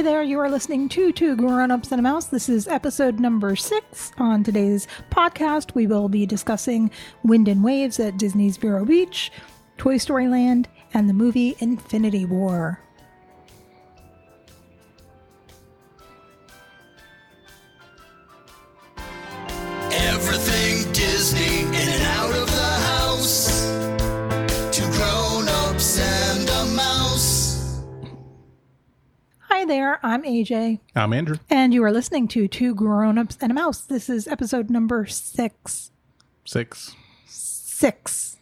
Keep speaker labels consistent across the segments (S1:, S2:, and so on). S1: You are listening to Two Grown Ups and a Mouse. This is episode number six. On today's podcast, we will be discussing Wind and Waves at Disney's Vero Beach, Toy Story Land, and the movie Infinity War.
S2: Everything Disney in and out of the house. Two grown ups and a mouse.
S1: Hi there, I'm AJ,
S3: I'm Andrew.
S1: and you are listening to Two Grown Ups and a Mouse. This is episode number six.
S3: Six.
S1: Six.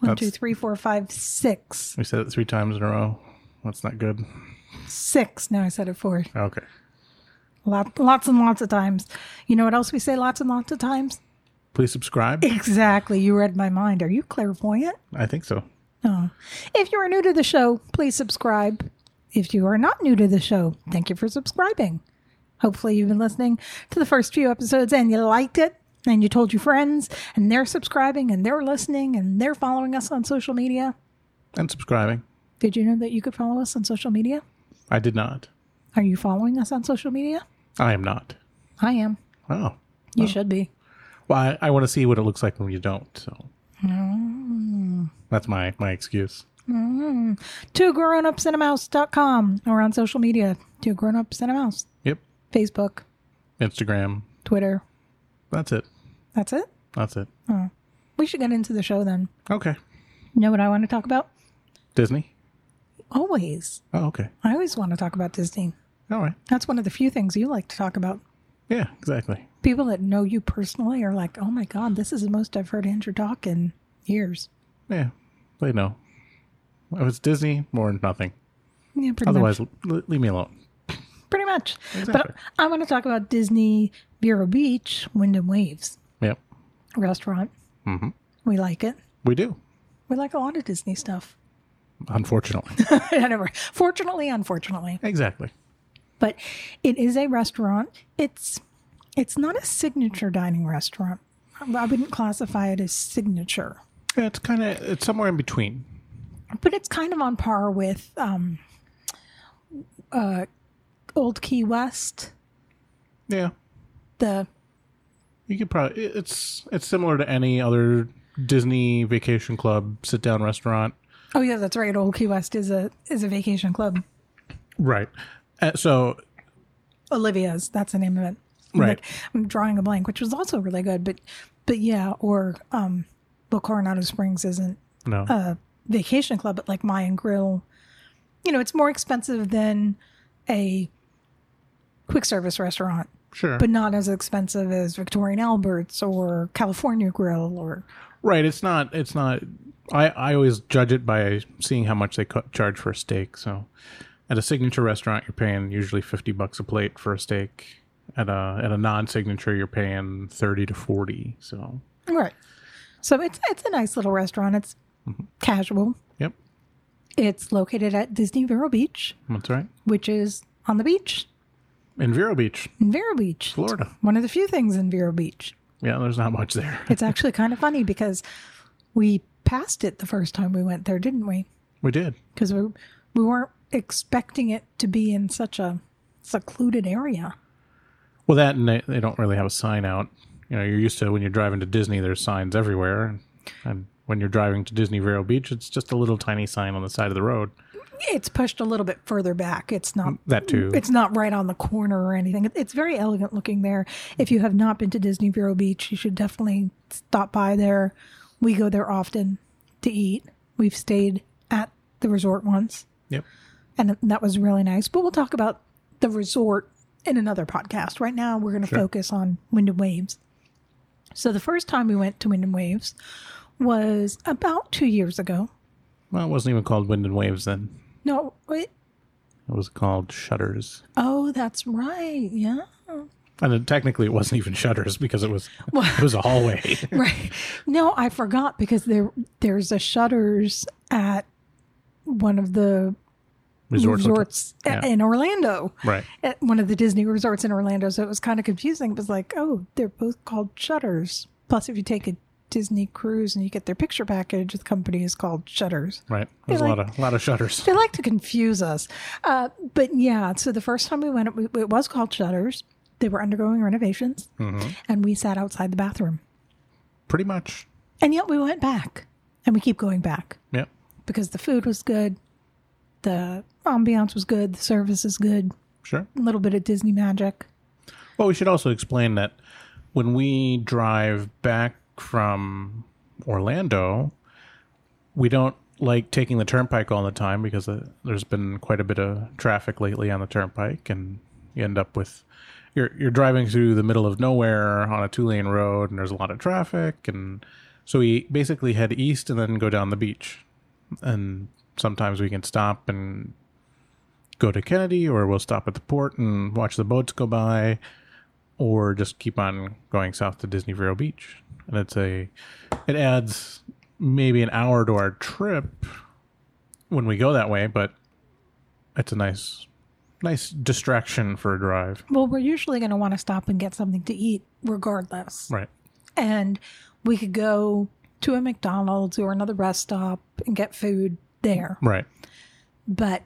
S1: One,
S3: That's-
S1: two, three, four, five, six.
S3: We said it three times in a row. That's not good.
S1: Six. Now I said it four.
S3: Okay.
S1: Lot, lots and lots of times. You know what else we say lots and lots of times?
S3: Please subscribe.
S1: Exactly. You read my mind. Are you clairvoyant?
S3: I think so.
S1: No. If you are new to the show, please subscribe. If you are not new to the show, thank you for subscribing. Hopefully, you've been listening to the first few episodes and you liked it and you told your friends and they're subscribing and they're listening and they're following us on social media.
S3: And subscribing.
S1: Did you know that you could follow us on social media?
S3: I did not.
S1: Are you following us on social media?
S3: I am not.
S1: I am.
S3: Oh.
S1: You should be.
S3: Well, I, I want to see what it looks like when you don't. So that's my my excuse.
S1: Two grown ups and a mouse.com or on social media. Two grown ups and a mouse.
S3: Yep.
S1: Facebook,
S3: Instagram.
S1: Twitter.
S3: That's it.
S1: That's it.
S3: That's it.
S1: We should get into the show then.
S3: Okay.
S1: You know what I want to talk about?
S3: Disney.
S1: Always.
S3: Oh, okay.
S1: I always want to talk about Disney.
S3: All right.
S1: That's one of the few things you like to talk about.
S3: Yeah. Exactly.
S1: People that know you personally are like, oh my God, this is the most I've heard Andrew talk in years.
S3: Yeah. They know. If it's Disney, more nothing.
S1: Yeah, pretty
S3: Otherwise,
S1: much.
S3: l- leave me alone.
S1: Pretty much.
S3: Exactly.
S1: But I want to talk about Disney Vero Beach, Wind and Waves
S3: Yep.
S1: restaurant.
S3: Mhm.
S1: We like it.
S3: We do.
S1: We like a lot of Disney stuff.
S3: Unfortunately.
S1: I never- Fortunately, unfortunately.
S3: exactly.
S1: but it is a restaurant. It's it's not a signature dining restaurant. I wouldn't classify it as signature,
S3: Yeah, it's kind of it's somewhere in between.
S1: but it's kind of on par with um, uh, Old Key West.
S3: Yeah,
S1: The
S3: you could probably it- it's it's similar to any other Disney Vacation Club sit down restaurant.
S1: oh yeah, that's right. Old Key West is a is a vacation club.
S3: Right. Uh, so
S1: Olivia's that's the name of it. I'm
S3: Right.
S1: like- I'm drawing a blank, which was also really good. But but yeah, or um, well, Coronado Springs isn't
S3: no,
S1: a vacation club at like Mayan Grill, you know, it's more expensive than a quick service restaurant,
S3: sure.
S1: but not as expensive as Victorian Alberts or California Grill or
S3: right. It's not. It's not. I I always judge it by seeing how much they co- charge for a steak. So at a signature restaurant, you're paying usually fifty bucks a plate for a steak. At a at a non signature, you're paying thirty to forty. So
S1: right. So it's it's a nice little restaurant. It's casual.
S3: yep,
S1: It's located at Disney Vero Beach,
S3: that's right.
S1: which is on the beach
S3: In Vero Beach,
S1: in Vero Beach,
S3: Florida.
S1: One of the few things in Vero Beach.
S3: Yeah, there's not much there.
S1: It's actually kind of funny because we passed it the first time we went there, didn't we?
S3: We did.
S1: because we we weren't expecting it to be in such a secluded area.
S3: Well, that and they, they don't really have a sign out. You know, you're used to when you're driving to Disney, there's signs everywhere, and, and when you're driving to Disney Vero Beach, it's just a little tiny sign on the side of the road.
S1: It's pushed a little bit further back. It's not
S3: Mm, That too.
S1: it's not right on the corner or anything. It- It's very elegant looking there. If you have not been to Disney Vero Beach, you should definitely stop by there. We go there often to eat. We've stayed at the resort once,
S3: yep.
S1: and that was really nice. But we'll talk about the resort in another podcast. Right now, we're going to focus on Wind and Waves. So the first time we went to Wind and Waves was about two years ago.
S3: Well, it wasn't even called Wind and Waves then.
S1: No, wait.
S3: It was called Shutters,
S1: Oh, that's right. Yeah.
S3: and then technically it wasn't even Shutters because it was it was a hallway.
S1: Right. No, I forgot because there there's a shutters at one of the
S3: Resorts.
S1: resorts a-
S3: Yeah.
S1: in Orlando.
S3: Right.
S1: At one of the Disney resorts in Orlando, so it was kind of confusing. It was like, oh, they're both called shutters. Plus, if you take a Disney cruise and you get their picture package, the company is called Shutters.
S3: Right. There's a lot of lot of shutters.
S1: They like to confuse us. Uh, but yeah, so the first time we went, it, it was called Shutters. They were undergoing renovations, and we sat outside the bathroom.
S3: Pretty much.
S1: And yet we went back, and we keep going back
S3: Yep.
S1: because the food was good, the ambiance was good, the service is good,
S3: Sure.
S1: a little bit of Disney magic.
S3: Well, we should also explain that when we drive back from Orlando, we don't like taking the turnpike all the time because uh, there's been quite a bit of traffic lately on the turnpike, and you end up with you're you're driving through the middle of nowhere on a two lane road, and there's a lot of traffic, and so we basically head east and then go down the beach, and sometimes we can stop and go to Kennedy, or we'll stop at the port and watch the boats go by, or just keep on going south to Disney Vero Beach. And it's a, it adds maybe an hour to our trip when we go that way, but it's a nice, nice distraction for a drive.
S1: Well, we're usually going to want to stop and get something to eat regardless.
S3: Right.
S1: and we could go to a McDonald's or another rest stop and get food there.
S3: Right.
S1: But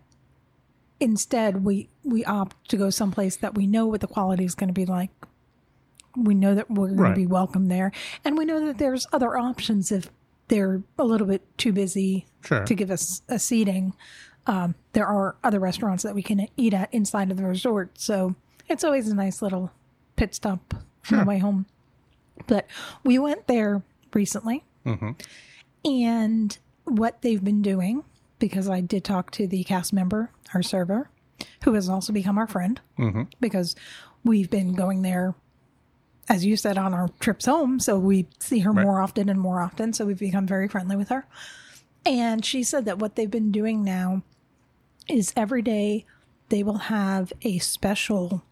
S1: instead, we we opt to go someplace that we know what the quality is going to be like. We know that we're going
S3: Right.
S1: to be welcome there, and we know that there's other options if they're a little bit too busy
S3: Sure.
S1: to give us a seating. Um, there are other restaurants that we can eat at inside of the resort, so it's always a nice little pit stop on the way home. But we went there recently, and what they've been doing because I did talk to the cast member, our server, who has also become our friend because we've been going there. As you said on our trips home, so we see her more often and more often, so we've become very friendly with her. And she said that what they've been doing now is every day they will have a special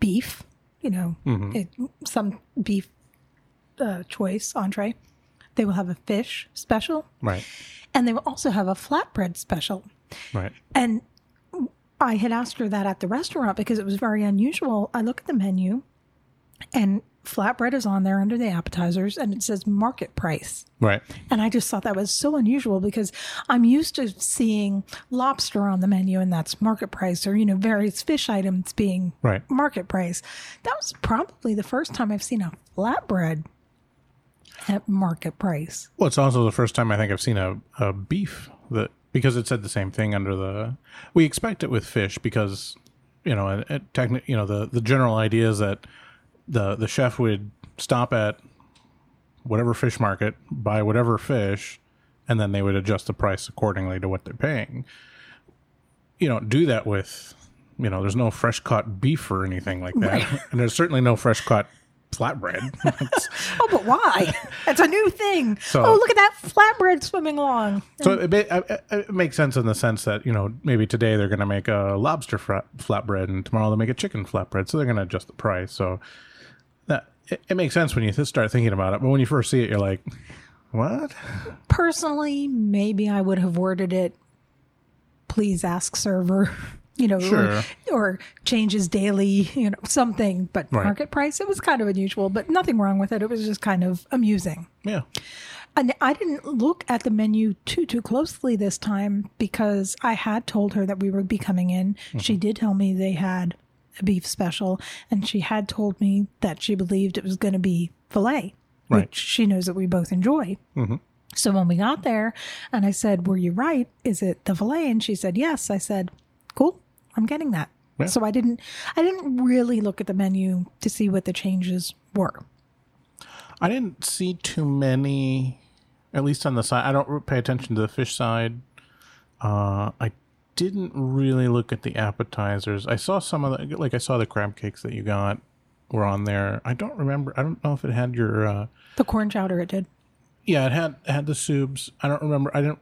S1: beef, you know, it, some beef uh, choice entree. They will have a fish special,
S3: Right.
S1: and they will also have a flatbread special.
S3: Right.
S1: And I had asked her that at the restaurant because it was very unusual. I look at the menu, and flatbread is on there under the appetizers, and it says market price.
S3: Right.
S1: And I just thought that was so unusual because I'm used to seeing lobster on the menu and that's market price or, you know, various fish items being
S3: Right.
S1: market price. That was probably the first time I've seen a flatbread at market price.
S3: Well, it's also the first time I think I've seen a, a beef that because it said the same thing under the. We expect it with fish because, you know, it, it techni- you know the the general idea is that the the chef would stop at whatever fish market, buy whatever fish, and then they would adjust the price accordingly to what they're paying. You don't do that with, you know, there's no fresh caught beef or anything like that, and there's certainly no fresh caught flatbread. It's-
S1: Oh, but why? That's a new thing.
S3: So-
S1: oh, look at that flatbread swimming along.
S3: So it, it, it, it makes sense in the sense that you know maybe today they're going to make a lobster fra- flatbread and tomorrow they'll make a chicken flatbread, so they're going to adjust the price. So that it, it makes sense when you th- start thinking about it, but when you first see it, you're like, "What?"
S1: Personally, maybe I would have worded it, please ask server, you know,
S3: Sure.
S1: or, or changes daily, you know, something, but
S3: Right.
S1: market price. It was kind of unusual, but nothing wrong with it. It was just kind of amusing.
S3: Yeah,
S1: And I didn't look at the menu too too closely this time because I had told her that we would be coming in. She
S3: Mm-hmm.
S1: did tell me they had a beef special, and she had told me that she believed it was going to be filet,
S3: Right. Mm-hmm.
S1: which she knows that we both enjoy. So when we got there, and I said, "Were you right? Is it the filet?" and she said, "Yes." I said, "Cool, I'm getting that."
S3: Yeah.
S1: So I didn't I didn't really look at the menu to see what the changes were.
S3: I didn't see too many, at least on the side. I don't pay attention to the fish side. Uh, I didn't really look at the appetizers. I saw some of the, like I saw the crab cakes that you got were on there. I don't remember. I don't know if it had your. Uh,
S1: The corn chowder it did.
S3: Yeah, it had it had the subs. I don't remember. I didn't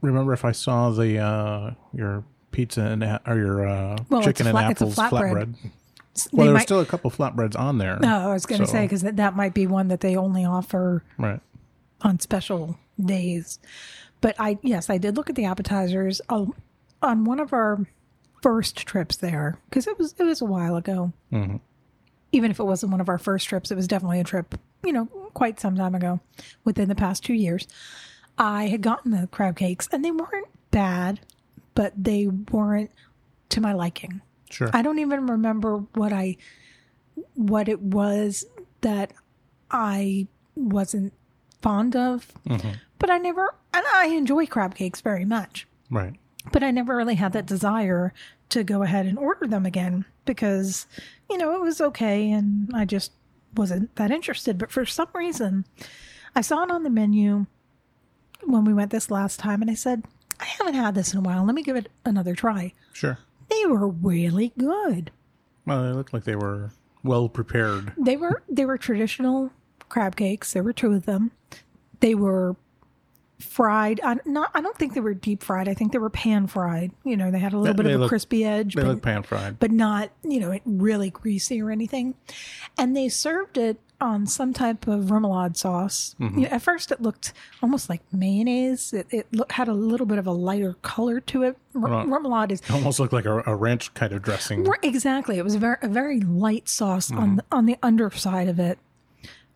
S3: remember if I saw the uh, your pizza and a- or your uh,
S1: Well, it's
S3: chicken
S1: a
S3: and
S1: flat- it's a
S3: apples
S1: flatbread.
S3: flatbread.
S1: They
S3: Well, there were
S1: might-
S3: still a couple flatbreads on there.
S1: Oh, I was going to 'cause
S3: So-
S1: say because that, that might be one that they only offer
S3: right.
S1: on special days. But I yes, I did look at the appetizers Oh, on one of our first trips there because it was it was a while ago. Even if it wasn't one of our first trips, it was definitely a trip you know quite some time ago, within the past two years, I had gotten the crab cakes and they weren't bad, but they weren't to my liking.
S3: Sure.
S1: I don't even remember what I what it was that I wasn't fond of, but I never and I enjoy crab cakes very much
S3: right.
S1: but I never really had that desire to go ahead and order them again because, you know, it was okay and I just wasn't that interested. But for some reason, I saw it on the menu when we went this last time and I said, I haven't had this in a while. Let me give it another try.
S3: Sure.
S1: They were really good.
S3: Well, they looked like they were well prepared.
S1: They were they were traditional crab cakes. There were two of them. They were fried. I, not I don't think they were deep fried. I think they were pan fried. You know, they had a little
S3: They-
S1: bit
S3: they
S1: of a
S3: look-
S1: crispy edge.
S3: They
S1: but-
S3: look pan fried.
S1: but not you know really greasy or anything and they served it on some type of remoulade sauce
S3: Mm-hmm.
S1: You know, at first it looked almost like mayonnaise it, it look, had a little bit of a lighter color to it R-
S3: Right.
S1: remoulade is
S3: Almost looked like a, a ranch kind of dressing.
S1: Right, exactly. It was a very, a very light sauce on the, on the underside of it,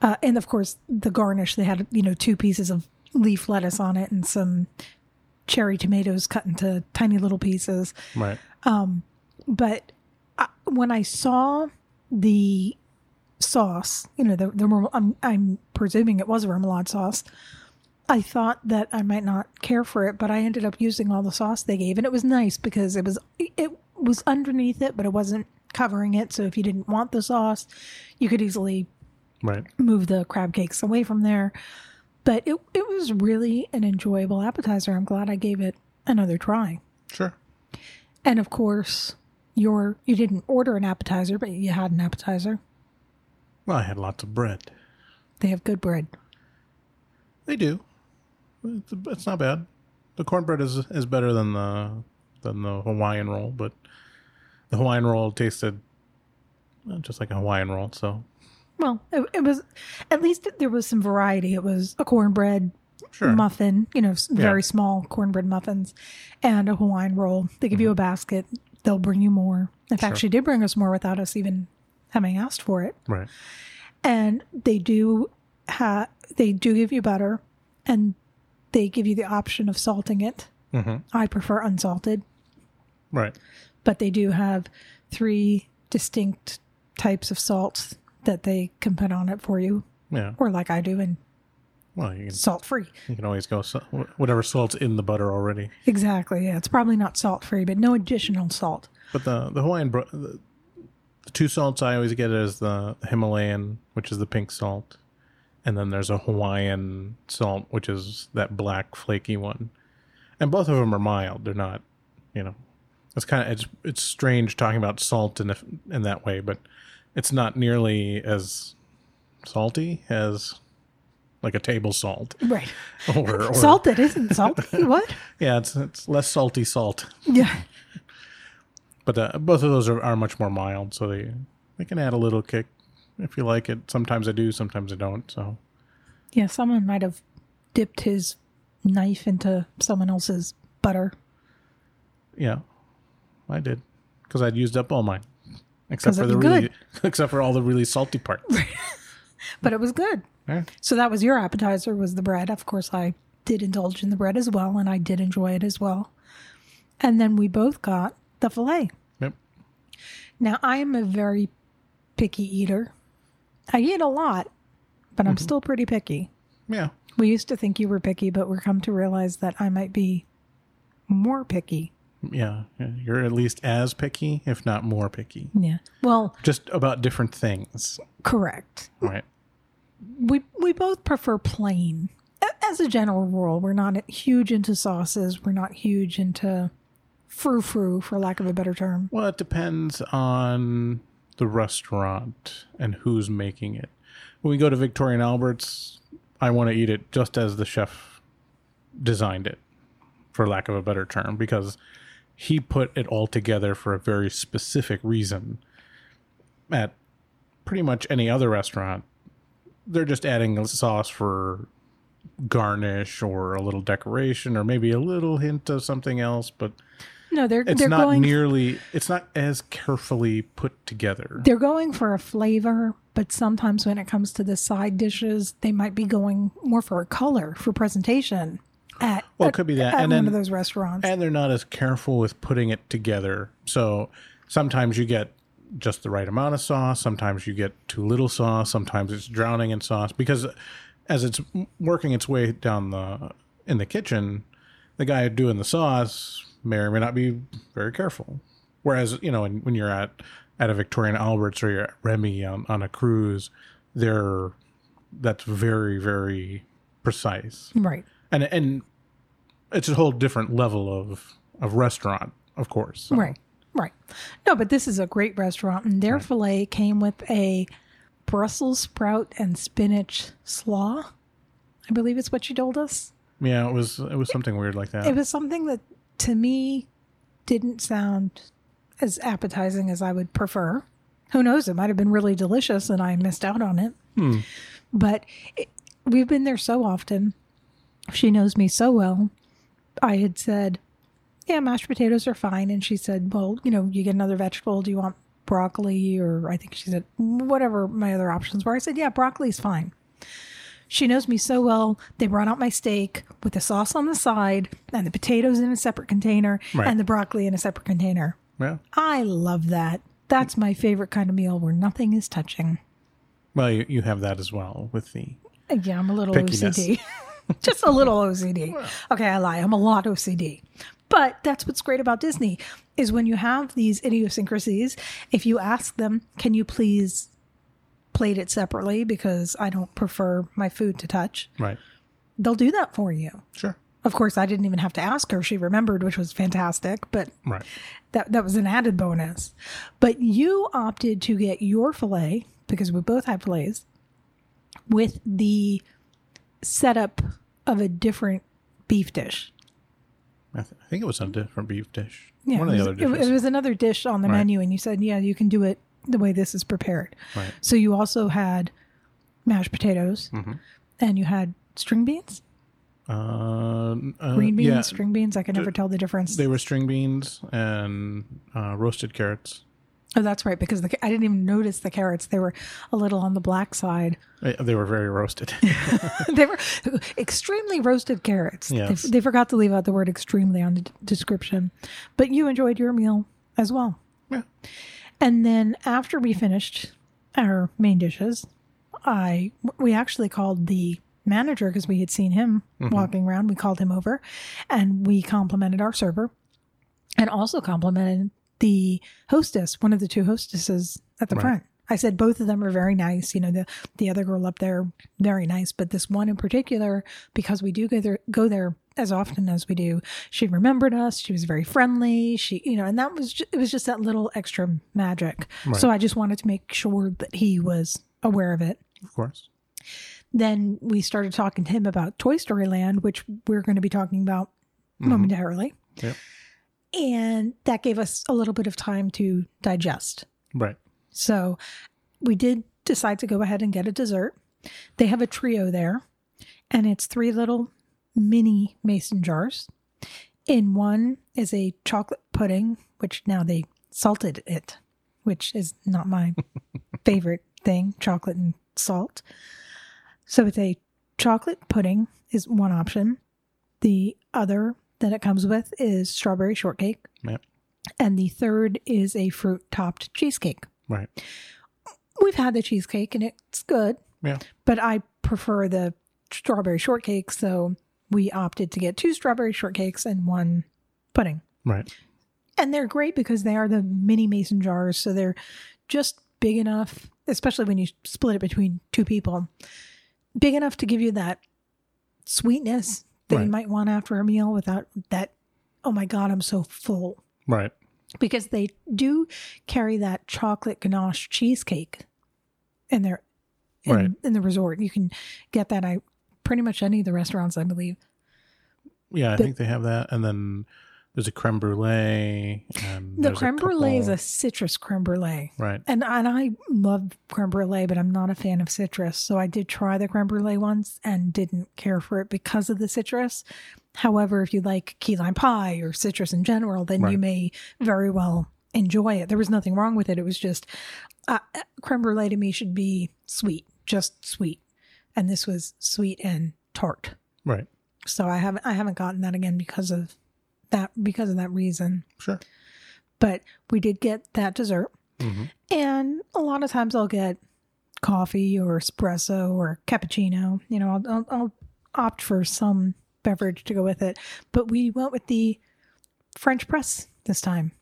S1: uh, and of course the garnish. They had you know two pieces of leaf lettuce on it and some cherry tomatoes cut into tiny little pieces.
S3: Right.
S1: but I, when I saw the sauce, you know, the, the marm- I'm, I'm presuming it was a remoulade sauce. I thought that I might not care for it, but I ended up using all the sauce they gave, and it was nice because it was it was underneath it, but it wasn't covering it. So if you didn't want the sauce, you could easily
S3: Right.
S1: move the crab cakes away from there. But it it was really an enjoyable appetizer. I'm glad I gave it another try.
S3: Sure.
S1: And of course, your you didn't order an appetizer, but you had an appetizer.
S3: Well, I had lots of bread.
S1: They have good bread.
S3: They do. It's, it's not bad. The cornbread is is better than the than the Hawaiian roll, but the Hawaiian roll tasted uh, just like a Hawaiian roll. So
S1: Well, it, it was at least there was some variety. It was a cornbread
S3: sure,
S1: muffin, you know, s- very small cornbread muffins, and a Hawaiian roll. They give you a basket. They'll bring you more. In fact, she did bring us more without us even having asked for it.
S3: right,
S1: and they do ha- they do give you butter and they give you the option of salting it
S3: Mhm.
S1: i prefer unsalted
S3: right,
S1: but they do have three distinct types of salt that they can put on it for you
S3: yeah.
S1: or like i do and
S3: Well, you can,
S1: salt free
S3: you can always go so, whatever salt's in the butter already.
S1: exactly yeah it's probably not salt free but no additional salt
S3: But the the Hawaiian bro- the, the two salts I always get is the Himalayan, which is the pink salt, and then there's a Hawaiian salt, which is that black flaky one. And both of them are mild. They're not, you know, it's kind of it's it's strange talking about salt in if, in that way, but it's not nearly as salty as like a table salt
S1: right
S3: or, or
S1: salted isn't salty what
S3: Yeah, it's it's less salty salt.
S1: yeah
S3: But uh, both of those are, are much more mild, so they they can add a little kick if you like it. Sometimes I do, sometimes I don't. So
S1: yeah someone might have dipped his knife into someone else's butter
S3: yeah, I did because I'd used up all mine except
S1: 'Cause
S3: for
S1: it'd
S3: the
S1: be
S3: really except for all the really salty parts.
S1: but it was good
S3: Yeah.
S1: So that was your appetizer was the bread. Of course, I did indulge in the bread as well, and I did enjoy it as well. And then we both got the filet.
S3: Yep.
S1: Now I am a very picky eater. I eat a lot, but I'm still pretty picky.
S3: Yeah.
S1: We used to think you were picky, but we're come to realize that I might be more picky.
S3: Yeah. You're at least as picky, if not more picky,
S1: Yeah. Well,
S3: just about different things,
S1: correct.
S3: right?
S1: we we both prefer plain A- as a general rule we're not huge into sauces we're not huge into frou frou for lack of a better term
S3: Well, it depends on the restaurant and who's making it. When we go to Victorian Albert's, I want to eat it just as the chef designed it, for lack of a better term, because he put it all together for a very specific reason. At pretty much any other restaurant, they're just adding a sauce for garnish or a little decoration or maybe a little hint of something else, but
S1: No, they're
S3: It's
S1: they're
S3: not
S1: going
S3: nearly. It's not as carefully put together.
S1: they're going for a flavor, but sometimes when it comes to the side dishes, they might be going more for a color for presentation at
S3: Well, it could be that,
S1: at
S3: and
S1: one
S3: then
S1: of those restaurants.
S3: and they're not as careful with putting it together. So sometimes you get just the right amount of sauce. Sometimes you get too little sauce. Sometimes it's drowning in sauce because as it's m- working its way down the in the kitchen, the guy doing the sauce may or may not be very careful. Whereas you know, when, when you're at at a Victorian Alberts or you're at Remy on, on a cruise, they're that's very very precise
S1: right.
S3: and and it's a whole different level of of restaurant, of course. So
S1: Right. Right. No, but this is a great restaurant and their fillet came with a Brussels sprout and spinach slaw. I believe it's what you told us.
S3: Yeah, it was it was something weird like that.
S1: it was something that to me didn't sound as appetizing as I would prefer. Who knows? It might have been really delicious and I missed out on it. But it, we've been there so often. She knows me so well. I had said, Yeah, mashed potatoes are fine. And she said, Well, you know, you get another vegetable. Do you want broccoli? Or I think she said, Whatever my other options were. I said, Yeah, broccoli's fine. She knows me so well. They brought out my steak with the sauce on the side and the potatoes in a separate container
S3: Right.
S1: and the broccoli in a separate container.
S3: yeah.
S1: I love that. That's my favorite kind of meal where nothing is touching.
S3: Well, you, you have that as well with the
S1: Yeah, I'm a little
S3: Pickiness.
S1: OCD. Just a little OCD. Okay, I lie. I'm a lot OCD. But that's what's great about Disney is when you have these idiosyncrasies, if you ask them, can you please plate it separately because I don't prefer my food to touch,
S3: right.
S1: they'll do that for you.
S3: Sure.
S1: Of course, I didn't even have to ask her. She remembered, which was fantastic, but
S3: Right.
S1: that that was an added bonus. But you opted to get your fillet because we both had fillets with the setup of a different beef dish.
S3: I, th- I think it was a different beef dish.
S1: Yeah,
S3: One of
S1: it
S3: the
S1: was,
S3: other
S1: it-
S3: dishes.
S1: It, was another dish on the
S3: Right.
S1: menu, and you said, "Yeah, you can do it the way this is prepared."
S3: Right. Mm-hmm.
S1: So you also had mashed potatoes, and you had string beans,
S3: Um, uh,
S1: green beans,
S3: yeah,
S1: string beans. I can never tell the difference.
S3: They were string beans and uh, roasted carrots.
S1: oh, that's right, because the, ca- I didn't even notice the carrots. They were a little on the black side.
S3: They Uh, they were very roasted.
S1: they were extremely roasted carrots.
S3: Yes.
S1: They, they forgot to leave out the word extremely on the d- description. But you enjoyed your meal as well.
S3: Yeah.
S1: And then after we finished our main dishes, I we actually called the manager because we had seen him walking around. We called him over and we complimented our server and also complimented the hostess, one of the two hostesses at the
S3: Right.
S1: front. I said both of them are very nice. You know, the the other girl up there very nice, but this one in particular, because we do go there go there as often as we do, she remembered us. She was very friendly. She, you know, and that was ju- it was just that little extra magic. So I just wanted to make sure that he was aware of it
S3: of course.
S1: then we started talking to him about Toy Story Land, which we're going to be talking about momentarily.
S3: Yep.
S1: And that gave us a little bit of time to digest.
S3: Right.
S1: So we did decide to go ahead and get a dessert. They have a trio there, and it's three little mini mason jars. In one is a chocolate pudding, which now they salted it, which is not my favorite thing chocolate and salt. So it's a chocolate pudding, is one option. The other that it comes with is strawberry shortcake.
S3: Yep.
S1: And the third is a fruit topped cheesecake
S3: Right.
S1: we've had the cheesecake and it's good,
S3: Yeah.
S1: but I prefer the strawberry shortcake. So we opted to get two strawberry shortcakes and one pudding.
S3: Right.
S1: And they're great because they are the mini mason jars. So they're just big enough, especially when you split it between two people, big enough to give you that sweetness that
S3: Right.
S1: you might want after a meal without that, oh my God, I'm so full
S3: Right.
S1: because they do carry that chocolate ganache cheesecake in their in,
S3: Right.
S1: in the resort. You can get that at pretty much any of the restaurants, I believe.
S3: Yeah, I
S1: But-
S3: think they have that, and then There's a creme brulee. And
S1: The
S3: there's a
S1: creme brulee is a
S3: couple-
S1: citrus creme brulee.
S3: right.
S1: And, and I love creme brulee, but I'm not a fan of citrus. So I did try the creme brulee once and didn't care for it because of the citrus. However, if you like key lime pie or citrus in general, then you
S3: Right.
S1: may very well enjoy it. There was nothing wrong with it. It was just uh, uh, creme brulee to me should be sweet, just sweet. And this was sweet and tart.
S3: Right.
S1: So I haven't I haven't gotten that again because of that because of that reason.
S3: Sure.
S1: But we did get that dessert.
S3: hmm
S1: And a lot of times I'll get coffee or espresso or cappuccino. You know, I'll, I'll, I'll opt for some beverage to go with it. But we went with the French press this time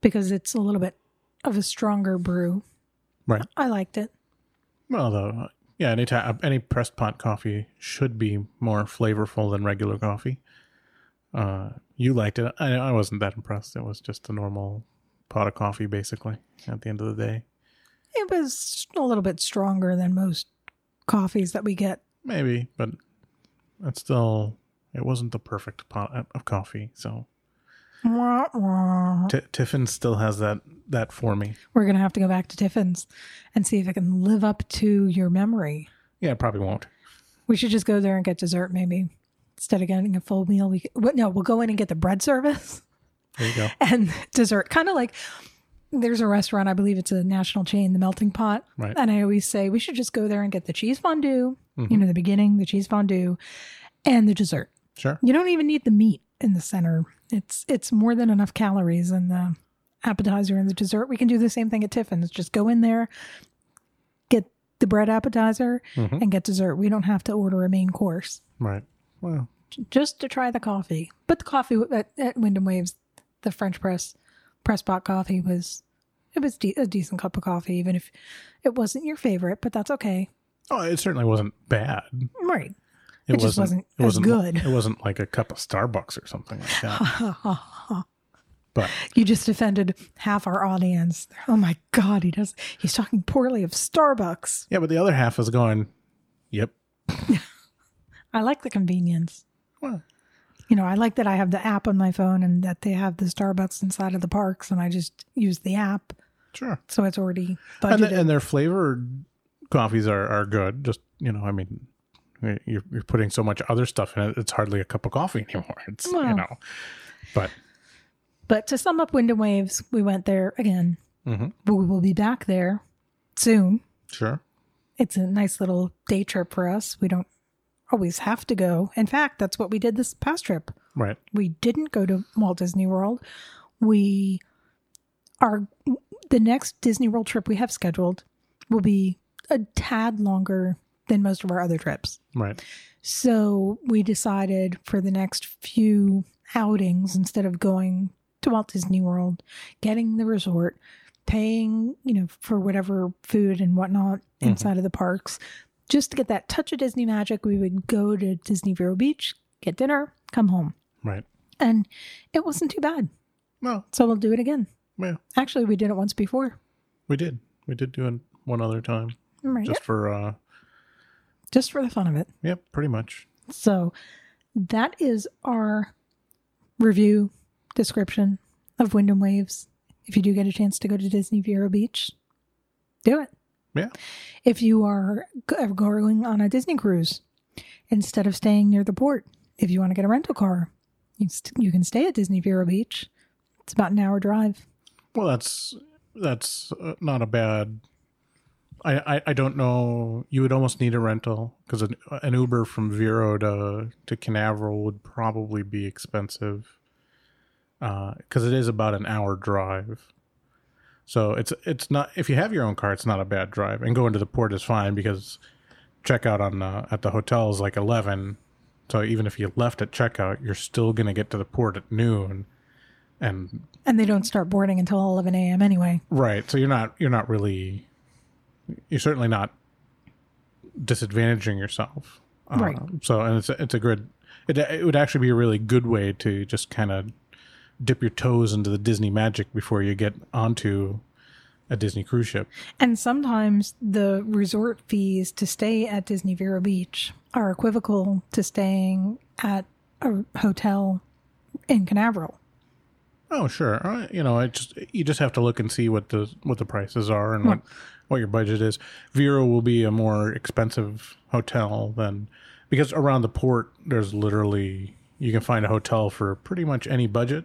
S1: because it's a little bit of a stronger brew.
S3: Right.
S1: I liked it.
S3: Well, though, uh, yeah, any ta- any pressed pot coffee should be more flavorful than regular coffee. Uh, you liked it. I, I wasn't that impressed. It was just a normal pot of coffee, basically. At the end of the day,
S1: It was a little bit stronger than most coffees that we get.
S3: maybe, but it's still it wasn't the perfect pot uh, of- of coffee. So
S1: Wah, wah.
S3: T- Tiffin still has that that for me.
S1: We're going to have to go back to Tiffin's and see if it can live up to your memory.
S3: Yeah, it probably won't.
S1: We should just go there and get dessert, maybe. Instead of getting a full meal, we well, no, we'll go in and get the bread service
S3: There you go.
S1: and dessert. Kind of like there's a restaurant, I believe it's a national chain, the Melting Pot,
S3: Right.
S1: and I always say we should just go there and get the cheese fondue. You
S3: Mhm.
S1: know, the beginning, the cheese fondue, and the dessert.
S3: Sure.
S1: You don't even need the meat in the center. It's it's more than enough calories in the appetizer and the dessert. We can do the same thing at Tiffin's. Just go in there, get the bread appetizer,
S3: Mhm.
S1: and get dessert. We don't have to order a main course
S3: Right. Well,
S1: just to try the coffee. But the coffee at, at Wyndham Waves, the French press press pot coffee was it was de- a decent cup of coffee, even if it wasn't your favorite. But that's okay,
S3: oh, it certainly wasn't bad.
S1: right? It just wasn't
S3: it
S1: as
S3: wasn't
S1: good.
S3: It wasn't like a cup of Starbucks or something like that. but
S1: You just offended half our audience. Oh my god, he does. He's talking poorly of Starbucks.
S3: yeah, but the other half is going. Yep.
S1: I like the convenience.
S3: Well,
S1: You know, I like that I have the app on my phone and that they have the Starbucks inside of the parks, and I just use the app,
S3: sure.
S1: so it's already budgeted.
S3: And, the, and their flavored coffees are are good. Just you know, I mean, you're you're putting so much other stuff in it. It's hardly a cup of coffee anymore. It's you
S1: Well.
S3: know, but
S1: But to sum up Wyndham Waves, we went there again.
S3: Mhm.
S1: But we will be back there soon.
S3: sure.
S1: It's a nice little day trip for us. We don't always have to go. In fact, that's what we did this past trip.
S3: Right.
S1: We didn't go to Walt Disney World. We are the next Disney World trip we have scheduled will be a tad longer than most of our other trips.
S3: Right.
S1: So we decided for the next few outings, instead of going to Walt Disney World, getting the resort, paying, you know, for whatever food and whatnot
S3: Mhm.
S1: inside of the parks, just to get that touch of Disney magic, we would go to Disney Vero Beach, get dinner, come home.
S3: Right.
S1: And it wasn't too bad.
S3: Well,
S1: So we'll do it again.
S3: well,
S1: Actually, we did it once before.
S3: we did. We did do it one other time
S1: Right.
S3: just for uh
S1: just for the fun of it.
S3: yep, pretty much.
S1: So that is our review description of Wyndham Waves. If you do get a chance to go to Disney Vero Beach, do it.
S3: Yeah.
S1: If you are g- going on a Disney cruise, instead of staying near the port, if you want to get a rental car, you, st- you can stay at Disney Vero Beach. It's about an hour drive.
S3: Well, that's that's uh, not a bad. I, I I don't know. You would almost need a rental because an, an Uber from Vero to to Canaveral would probably be expensive. Because it is about an hour drive, so it's it's not. If you have your own car, it's not a bad drive, and going to the port is fine because checkout on the, at the hotel is like eleven. So even if you left at checkout, you're still gonna get to the port at noon, and
S1: And they don't start boarding until 11 a.m. anyway.
S3: Right. So you're not you're not really you're certainly not disadvantaging yourself. Uh,
S1: Right.
S3: So and it's a, it's a good it it would actually be a really good way to just kind of dip your toes into the Disney magic before you get onto a Disney cruise ship.
S1: And sometimes the resort fees to stay at Disney Vero Beach are equivocal to staying at a hotel in Canaveral.
S3: Oh sure, Uh, you know, I just you just have to look and see what the what the prices are and what what your budget is. Vero will be a more expensive hotel than because around the port there's literally you can find a hotel for pretty much any budget.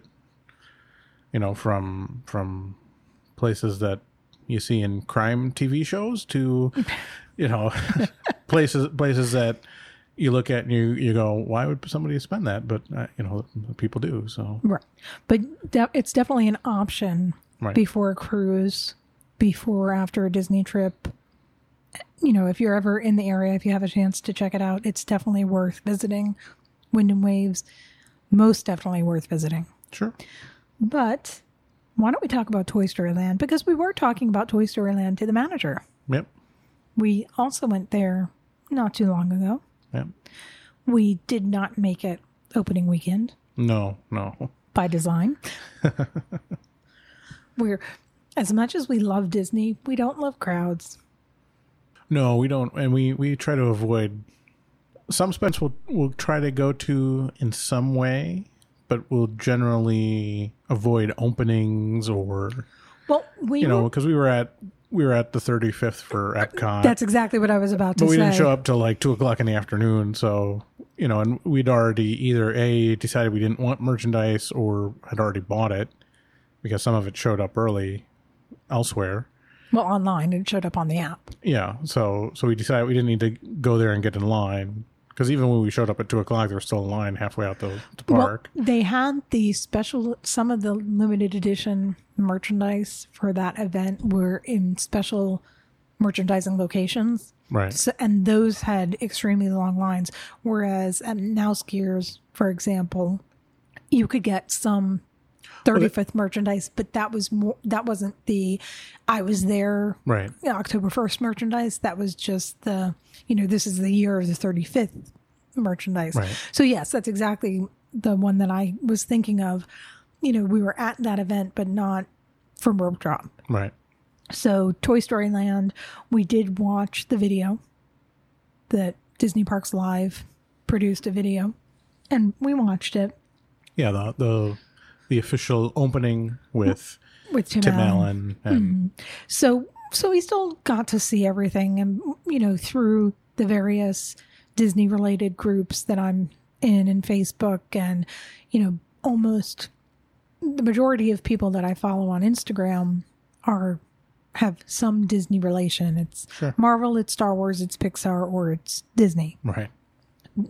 S3: You know, from from places that you see in crime TV shows to you know places places that you look at and you you go why would somebody spend that but uh, you know people do so
S1: Right. But de- it's definitely an option
S3: Right.
S1: before a cruise, before or after a Disney trip. You know, if you're ever in the area, if you have a chance to check it out, it's definitely worth visiting. Wind and Waves, most definitely worth visiting.
S3: sure
S1: But why don't we talk about Toy Story Land? Because we were talking about Toy Story Land to the manager.
S3: Yep.
S1: We also went there not too long ago.
S3: Yep.
S1: We did not make it opening weekend
S3: No, no.
S1: by design. We're as much as we love Disney, we don't love crowds.
S3: No, we don't and we we try to avoid some spots we'll we'll try to go to in some way, but we'll generally avoid openings or
S1: Well, we
S3: you know,
S1: were-
S3: because we were at we were at the thirty fifth for Epcot.
S1: that's exactly what I was about to
S3: but we
S1: say.
S3: didn't show up till like two o'clock in the afternoon, so you know, and we'd already either A decided we didn't want merchandise or had already bought it because some of it showed up early elsewhere.
S1: Well, online it showed up on the app.
S3: Yeah, so so we decided we didn't need to go there and get in line because even when we showed up at two o'clock, there was still a line halfway out the, the park.
S1: Well, they had the special, some of the limited edition merchandise for that event were in special merchandising locations.
S3: right.
S1: So, and those had extremely long lines. Whereas at Now's Gears, for example, you could get some 35th merchandise, but that was more, that wasn't the I was there
S3: Right.
S1: you know, October 1st merchandise. That was just the, you know, this is the year of the 35th merchandise.
S3: Right.
S1: So, yes, that's exactly the one that I was thinking of. You know, we were at that event, but not from Rope Drop.
S3: Right.
S1: So, Toy Story Land, we did watch the video that Disney Parks Live produced a video, and we watched it
S3: Yeah. The the the official opening with
S1: with Tim,
S3: Tim
S1: Allen.
S3: Allen and
S1: So so we still got to see everything and you know through the various Disney related groups that I'm in and Facebook and you know almost the majority of people that I follow on Instagram are have some Disney relation. It's
S3: Sure.
S1: Marvel, it's Star Wars, it's Pixar or it's Disney
S3: right.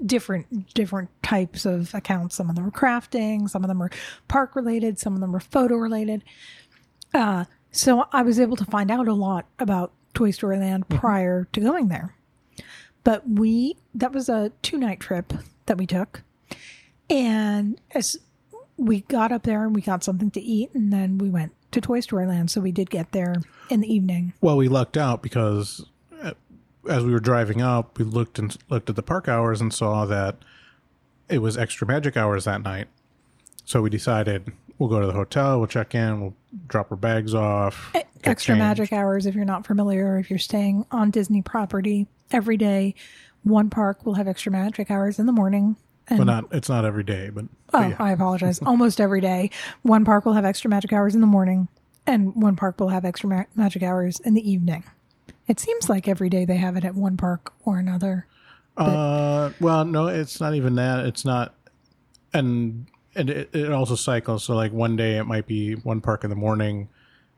S1: different different types of accounts. Some of them are crafting, some of them are park related, some of them are photo related. Uh, so I was able to find out a lot about Toy Story Land prior to going there. But we that was a two night trip that we took, and as we got up there and we got something to eat, and then we went to Toy Story Land. So we did get there in the evening.
S3: Well, we lucked out because uh, as we were driving up, we looked and looked at the park hours and saw that it was extra magic hours that night. So we decided we'll go to the hotel, we'll check in, we'll drop our bags off. get
S1: E, Eh, extra
S3: changed.
S1: magic hours if you're not familiar if you're staying on disney property every day one park will have extra magic hours in the morning and
S3: But not it's not every day, but
S1: oh
S3: but yeah.
S1: i apologize almost every day one park will have extra magic hours in the morning and one park will have extra ma- magic hours in the evening it seems like every day they have it at one park or another
S3: Uh, well, no, it's not even that. It's not, and and it, it also cycles. So like one day it might be one park in the morning,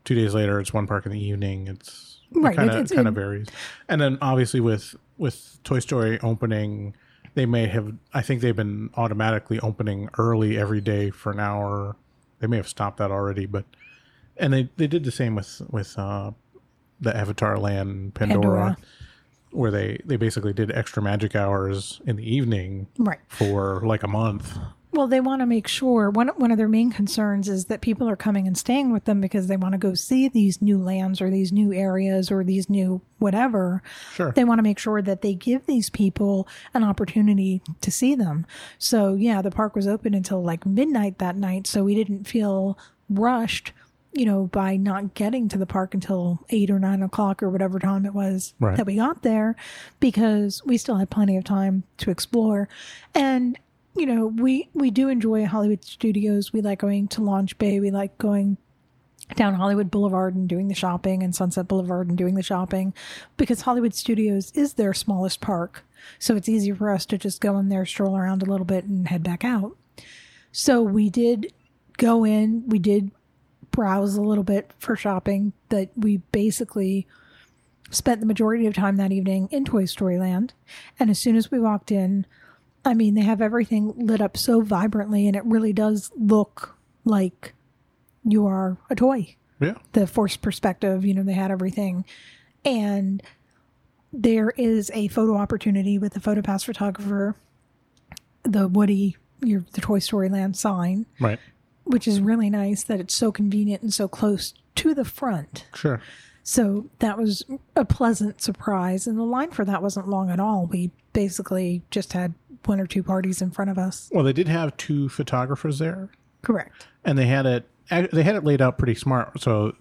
S3: two days later it's one park in the evening. It's
S1: Right,
S3: It kind
S1: it's-
S3: of
S1: it's-
S3: kind
S1: it-
S3: of varies. And then obviously with with Toy Story opening, they may have. I think they've been automatically opening early every day for an hour. They may have stopped that already, but and they they did the same with with uh, the Avatar Land
S1: Pandora.
S3: Pandora where they they basically did extra magic hours in the evening
S1: right
S3: for like a month.
S1: Well, they want to make sure one one of their main concerns is that people are coming and staying with them because they want to go see these new lands or these new areas or these new whatever.
S3: Sure.
S1: They want to make sure that they give these people an opportunity to see them. So, yeah, the park was open until like midnight that night, so we didn't feel rushed, you know, by not getting to the park until eight or nine o'clock or whatever time it was
S3: Right.
S1: that we got there because we still had plenty of time to explore. And you know, we we do enjoy Hollywood studios. We like going to Launch Bay. We like going down Hollywood Boulevard and doing the shopping and Sunset Boulevard and doing the shopping because Hollywood Studios is their smallest park. So it's easy for us to just go in there, stroll around a little bit and head back out. So we did go in, we did browse a little bit for shopping that we basically spent the majority of time that evening in Toy Story Land. And as soon as we walked in, I mean, they have everything lit up so vibrantly and it really does look like you are a toy.
S3: Yeah.
S1: The forced perspective, you know, they had everything. And there is a photo opportunity with the PhotoPass photographer, the Woody, your, the Toy Story Land sign,
S3: Right.
S1: which is really nice that it's so convenient and so close to the front.
S3: Sure.
S1: So that was a pleasant surprise. And the line for that wasn't long at all. We basically just had one or two parties in front of us.
S3: Well, they did have two photographers there,
S1: Correct.
S3: and they had it. ac- They had it laid out pretty smart, so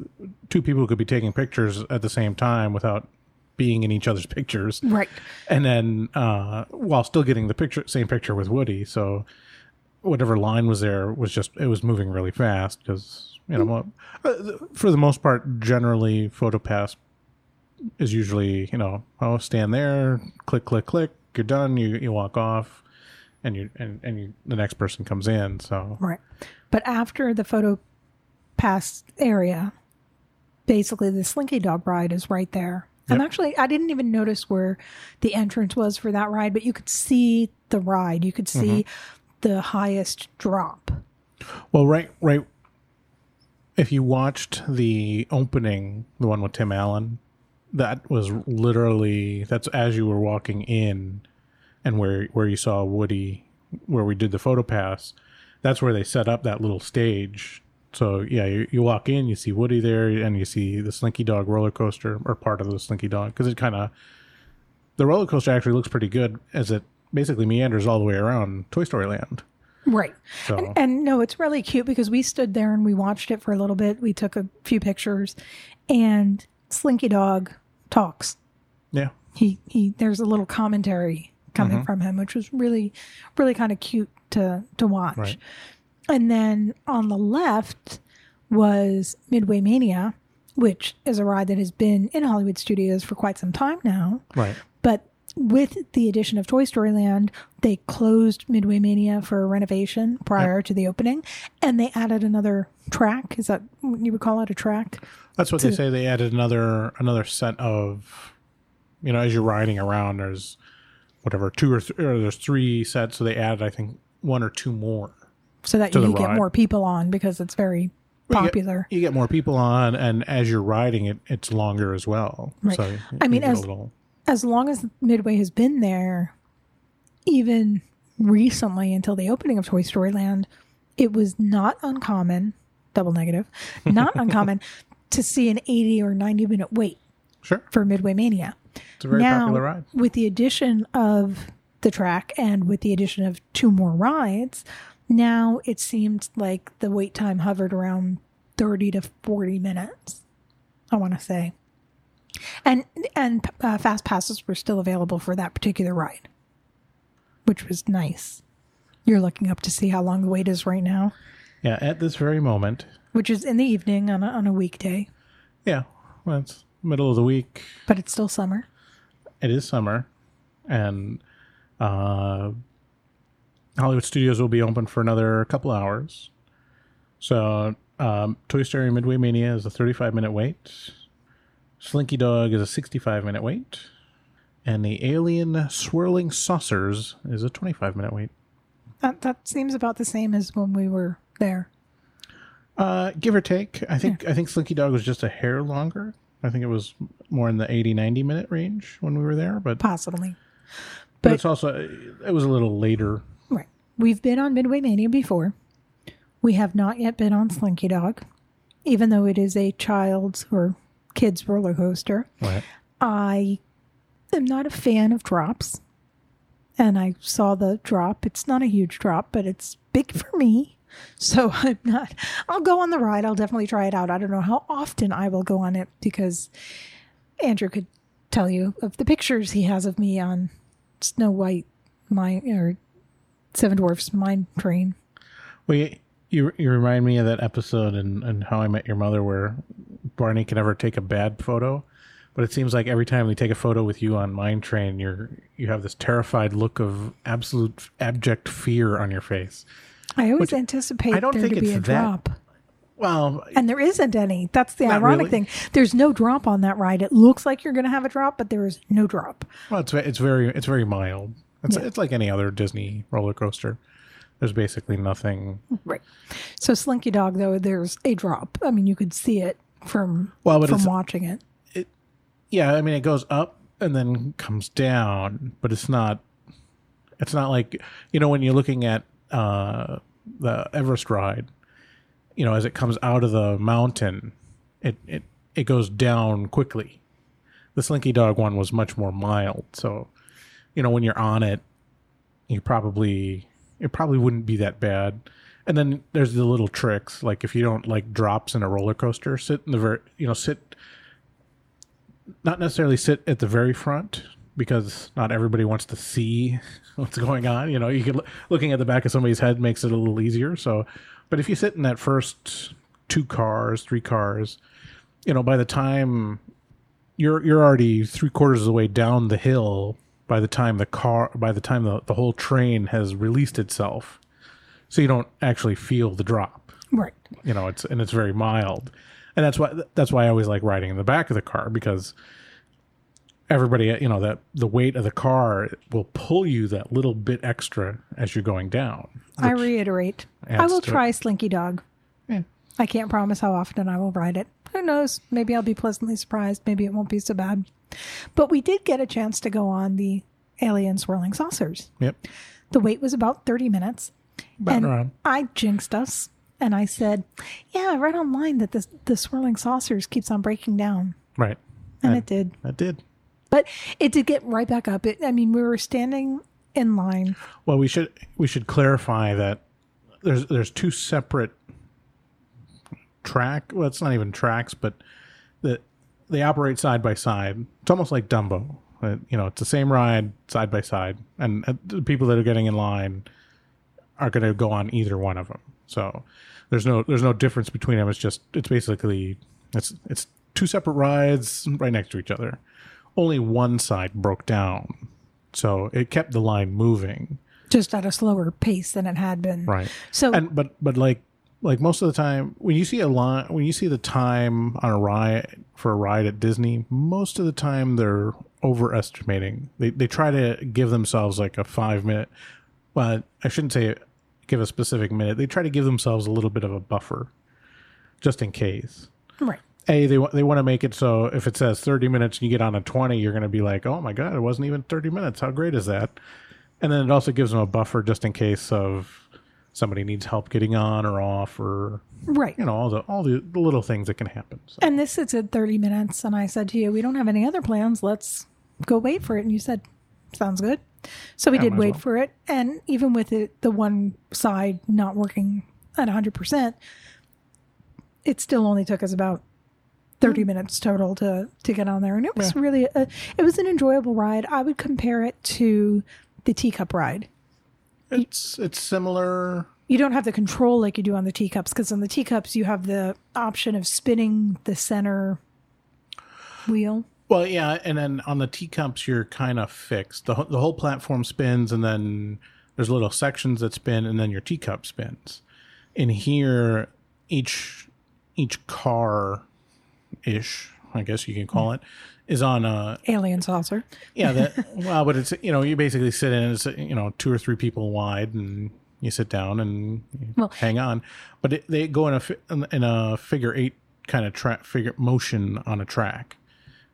S3: two people could be taking pictures at the same time without being in each other's pictures,
S1: Right.
S3: and then uh, while still getting the picture, same picture with Woody. So whatever line was there was just it was moving really fast because you know well, uh, for the most part, generally PhotoPass is usually you know oh stand there, click click click, you're done, you you walk off, and you and and you, the next person comes in. So
S1: Right. But after the photo pass area, basically the Slinky Dog ride is right there. And
S3: Yep.
S1: actually, I didn't even notice where the entrance was for that ride, but you could see the ride. You could see the highest drop.
S3: Well, right, right. If you watched the opening, the one with Tim Allen, that was literally that's as you were walking in, and where where you saw Woody, where we did the photo pass, that's where they set up that little stage. So yeah, you, you walk in, you see Woody there, and you see the Slinky Dog roller coaster or part of the Slinky Dog because it kind of the roller coaster actually looks pretty good as it basically meanders all the way around Toy Story Land.
S1: Right.
S3: So
S1: And, and no, it's really cute because we stood there and we watched it for a little bit. We took a few pictures, and Slinky Dog talks.
S3: yeah,
S1: He he. There's a little commentary coming
S3: Mm-hmm.
S1: from him, which was really, really kind of cute to to watch.
S3: Right.
S1: And then on the left was Midway Mania, which is a ride that has been in Hollywood Studios for quite some time now.
S3: right.
S1: But with the addition of Toy Story Land, they closed Midway Mania for renovation prior to the opening, and they added another track. Is that what you would call it a track?
S3: That's what they say. They added another another set of, you know, as you're riding around, there's whatever two or, th- or there's three sets. So they added, I think, one or two more.
S1: So that
S3: To
S1: you
S3: the
S1: could get
S3: ride.
S1: more people on because it's very
S3: Well, you get-
S1: popular.
S3: You get more people on, and as you're riding it, it's longer as well.
S1: Right.
S3: So
S1: I mean,
S3: you get a
S1: as-
S3: little-
S1: As long as Midway has been there, even recently until the opening of Toy Story Land, it was not uncommon, double negative, not uncommon to see an 80 or 90 minute wait
S3: sure,
S1: for Midway Mania.
S3: it's a very
S1: now,
S3: popular ride.
S1: With the addition of the track and with the addition of two more rides, now it seemed like the wait time hovered around 30 to 40 minutes, I want to say. And and uh, fast passes were still available for that particular ride, which was nice. You're looking up to see how long the wait is right now,
S3: Yeah, at this very moment.
S1: which is in the evening on a, on a weekday,
S3: Yeah, well, it's middle of the week.
S1: but it's still summer.
S3: it is summer and uh, hollywood studios will be open for another couple hours so um, toy story midway mania is a 35 minute wait slinky dog is a 65 minute wait and the alien swirling saucers is a 25 minute wait
S1: That that seems about the same as when we were there.
S3: uh, give or take i think i think slinky dog was just a hair longer i think it was more in the 80 90 minute range when we were there but, but,
S1: Possibly. but-
S3: it's also it was a little later
S1: Right. We've been on Midway Mania before. We have not yet been on Slinky Dog, even though it is a child's or kids roller coaster.
S3: right
S1: I am not a fan of drops. And I saw the drop. It's not a huge drop, but it's big for me. So I'm not, I'll go on the ride. I'll definitely try it out. I don't know how often I will go on it because Andrew could tell you of the pictures he has of me on Snow White, my, or Seven Dwarfs Mine Train.
S3: Well, you, you, you remind me of that episode in, in How I Met Your Mother where Barney can never take a bad photo, but it seems like every time they take a photo with you on Mine Train, you're you have this terrified look of absolute abject fear on your face.
S1: I always anticipate
S3: I don't
S1: there
S3: think
S1: to be
S3: it's
S1: a
S3: that-
S1: drop.
S3: Well,
S1: And there isn't any. That's the ironic
S3: really.
S1: thing. There's no drop on that ride. It looks like you're going to have a drop, but there is no drop.
S3: well, it's ve- it's very it's very mild. It's it's like any other Disney roller coaster. There's basically nothing.
S1: Right. So Slinky Dog, though, there's a drop. I mean, you could see it from
S3: Well, but
S1: from
S3: it's-
S1: watching it.
S3: Yeah, I mean it goes up and then comes down, but it's not it's not like you know when you're looking at uh the Everest ride, you know, as it comes out of the mountain, it it it goes down quickly. The Slinky Dog one was much more mild, so you know when you're on it, you probably it probably wouldn't be that bad. And then there's the little tricks, like if you don't like drops in a roller coaster, sit in the ver- you know sit not necessarily sit at the very front because not everybody wants to see what's going on. You know, you can looking at the back of somebody's head makes it a little easier. So, but if you sit in that first two cars, three cars, you know, by the time you're you're already three quarters of the way down the hill, by the time the car, by the time the, the whole train has released itself, so you don't actually feel the drop
S1: Right.
S3: you know it's and it's very mild and that's why that's why i always like riding in the back of the car because everybody you know that the weight of the car will pull you that little bit extra as you're going down
S1: I reiterate. I
S3: adds
S1: will
S3: to it.
S1: try Slinky Dog. I can't promise how often I will ride it. Who knows? Maybe I'll be pleasantly surprised. Maybe it won't be so bad. But we did get a chance to go on the alien swirling saucers.
S3: yep
S1: The wait was about 30 minutes.
S3: About
S1: and
S3: around.
S1: I jinxed us. And I said, Yeah, I read online that this, the swirling saucers keeps on breaking down.
S3: right
S1: And
S3: I-
S1: it did.
S3: that did
S1: But it did get right back up. It, I mean, we were standing in line.
S3: well we should we should clarify that there's there's two separate track well it's not even tracks but that they operate side by side it's almost like dumbo Uh, you know it's the same ride side by side and uh, the people that are getting in line are going to go on either one of them so there's no there's no difference between them it's just it's basically it's it's two separate rides right next to each other only one side broke down so it kept the line moving
S1: just at a slower pace than it had been.
S3: Right.
S1: So
S3: and but but like like most of the time when you see a line when you see the time on a ride for a ride at Disney, most of the time they're overestimating. They they try to give themselves like a five minute. Well, I shouldn't say give a specific minute. They try to give themselves a little bit of a buffer, just in case.
S1: right.
S3: A they wa- they want to make it so if it says 30 minutes and you get on a 20, you're going to be like, "Oh my god, it wasn't even 30 minutes. How great is that?" And then it also gives them a buffer just in case of somebody needs help getting on or off or
S1: Right.
S3: you know all the all the, the little things that can happen. So,
S1: And this it's at 30 minutes and I said to you, we don't have any other plans. Let's go wait for it and you said sounds good. So we did
S3: might as
S1: wait
S3: well.
S1: for it and even with it the one side not working at 100%, it still only took us about 30
S3: Hmm.
S1: minutes total to to get on there and it was really a, it was an enjoyable ride. I would compare it to the teacup ride.
S3: it's it's similar.
S1: you don't have the control like you do on the teacups because on the teacups you have the option of spinning the center wheel
S3: Well, yeah, and then on the teacups you're kind of fixed. The wh- the whole platform spins and then there's little sections that spin and then your teacup spins. In here each each car ish, I guess you can call it, is on a
S1: alien saucer
S3: yeah that well, but it's you know you basically sit in it's you know two or three people wide and you sit down and you
S1: Well-
S3: hang on, but it, they go in a fi- in in a figure eight kind of track figure motion on a track,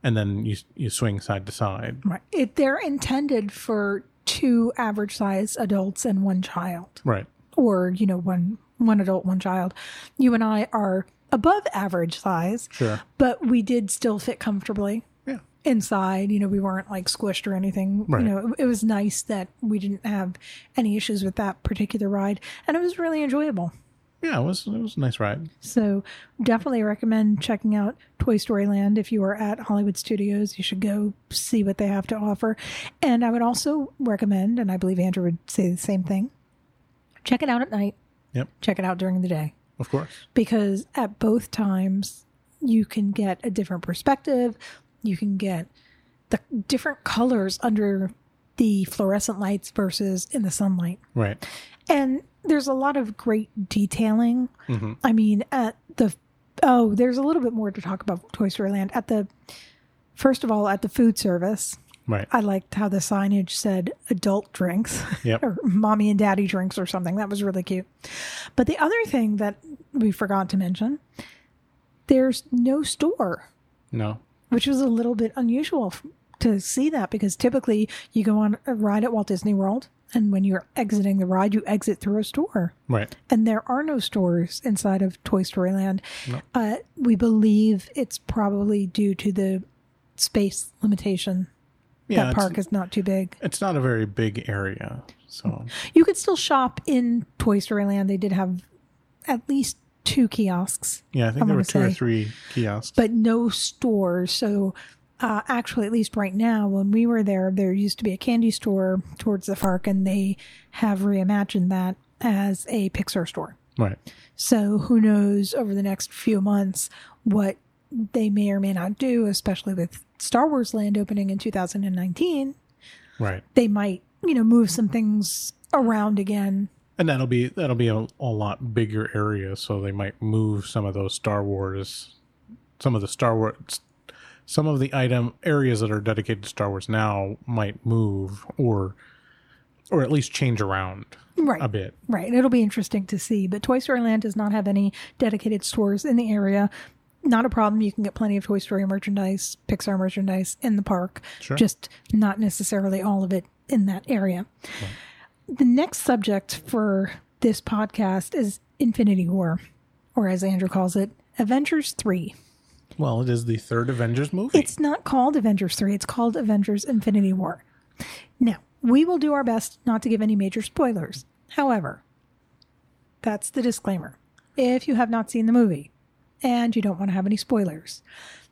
S3: and then you you swing side to side.
S1: right it, they're intended for two average size adults and one child
S3: Right.
S1: or you know one one adult one child you and i are above average size
S3: Sure.
S1: but we did still fit comfortably
S3: Yeah.
S1: inside. You know, we weren't like squished or anything.
S3: Right.
S1: You know, it, it was nice that we didn't have any issues with that particular ride, and it was really enjoyable.
S3: Yeah, it was it was a nice ride.
S1: So definitely recommend checking out Toy Story Land if you are at Hollywood Studios. You should go see what they have to offer. And I would also recommend, and I believe Andrew would say the same thing, Check it out at night.
S3: Yep.
S1: Check it out during the day
S3: Of course.
S1: because at both times you can get a different perspective. You can get the different colors under the fluorescent lights versus in the sunlight.
S3: Right.
S1: And there's a lot of great detailing.
S3: Mhm.
S1: I mean, at the oh, there's a little bit more to talk about Toy Story Land at the first of all at the food service.
S3: Right.
S1: I liked how the signage said adult drinks
S3: Yep.
S1: or mommy and daddy drinks or something. That was really cute. But the other thing that we forgot to mention, there's no store,
S3: No.
S1: which was a little bit unusual f- to see that because typically you go on a ride at Walt Disney World and when you're exiting the ride, you exit through a store.
S3: Right.
S1: And there are no stores inside of Toy Story Land. Uh, we believe it's probably due to the space limitation.
S3: Yeah.
S1: that
S3: it's-
S1: park is not too big.
S3: it's not a very big area. So
S1: You could still shop in Toy Story Land. They did have at least two kiosks,
S3: yeah, I think
S1: I'm
S3: there were
S1: gonna
S3: two or
S1: say-
S3: three kiosks.
S1: but no stores. So, uh, actually, at least right now, when we were there, there used to be a candy store towards the park, and they have reimagined that as a Pixar store.
S3: right.
S1: So, who knows over the next few months what they may or may not do, especially with Star Wars Land opening in 2019.
S3: Right.
S1: They might, you know, move some things around again
S3: And that'll be that'll be a, a lot bigger area, so they might move some of those Star Wars some of the Star Wars some of the item areas that are dedicated to Star Wars now might move or or at least change around
S1: Right.
S3: a bit.
S1: Right. It'll be interesting to see. But Toy Story Land does not have any dedicated stores in the area. Not a problem. You can get plenty of Toy Story merchandise, Pixar merchandise in the park,
S3: Sure.
S1: just not necessarily all of it in that area. The next subject for this podcast is Infinity War, or as Andrew calls it, Avengers 3.
S3: Well, it is the third Avengers movie.
S1: It's not called Avengers 3, it's called Avengers Infinity War. Now, we will do our best not to give any major spoilers. However, that's the disclaimer. If you have not seen the movie and you don't want to have any spoilers,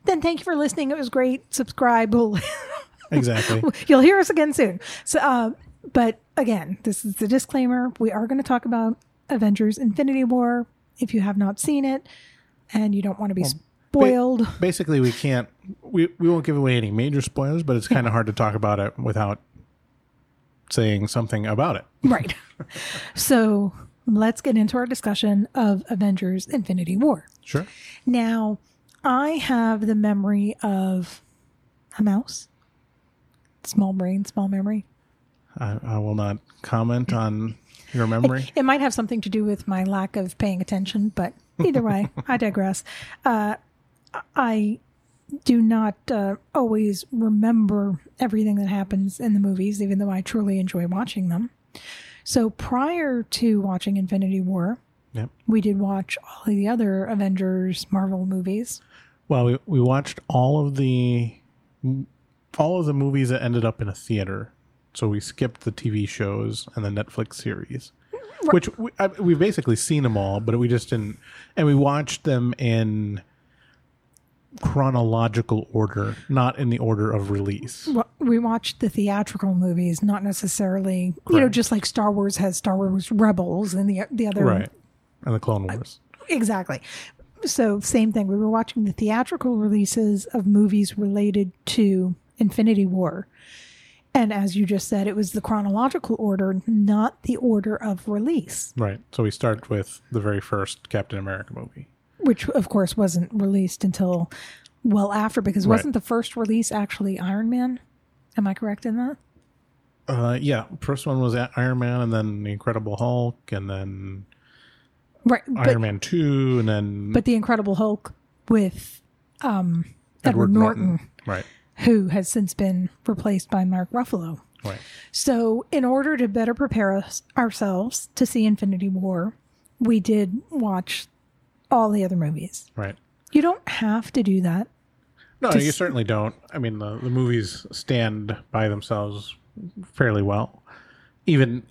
S1: then thank you for listening. It was great. Subscribe. We'll-
S3: exactly.
S1: You'll hear us again soon. So, uh, but again, this is the disclaimer. We are going to talk about Avengers Infinity War. If you have not seen it and you don't want to be spoiled,
S3: Basically, we can't we we won't give away any major spoilers, but it's kind of hard to talk about it without saying something about it.
S1: Right. so let's get into our discussion of Avengers Infinity War.
S3: Sure.
S1: Now, I have the memory of a mouse. Small brain, small memory.
S3: I, I will not comment on your memory.
S1: It might have something to do with my lack of paying attention, but either way, I digress. Uh, I do not uh, always remember everything that happens in the movies, even though I truly enjoy watching them. So prior to watching Infinity War,
S3: Yep.
S1: we did watch all of the other Avengers Marvel movies.
S3: Well, we, we watched all of the all of the movies that ended up in a theater. So we skipped the TV shows and the Netflix series, which we, I, we've basically seen them all, but we just didn't. And we watched them in chronological order, not in the order of release.
S1: Wa- We watched the theatrical movies, not necessarily, you know,
S3: Correct.
S1: just like Star Wars has Star Wars Rebels and the the other
S3: Right. And the Clone Wars.
S1: Exactly. So same thing. We were watching the theatrical releases of movies related to Infinity War. And as you just said, it was the chronological order, not the order of release,
S3: Right. So we start with the very first Captain America movie.
S1: which of course wasn't released until well after because
S3: Right.
S1: wasn't the first release actually Iron Man? Am I correct in that?
S3: Uh, yeah, first one was at Iron Man, and then the Incredible Hulk, and then
S1: Right. But
S3: Iron Man Two, and then
S1: but the Incredible Hulk with um Edward, Norton,
S3: Right,
S1: who has since been replaced by Mark Ruffalo.
S3: right,
S1: So, in order to better prepare us, ourselves to see Infinity War, we did watch all the other movies.
S3: right.
S1: You don't have to do that.
S3: No, you certainly don't. I mean, the the movies stand by themselves fairly well. Even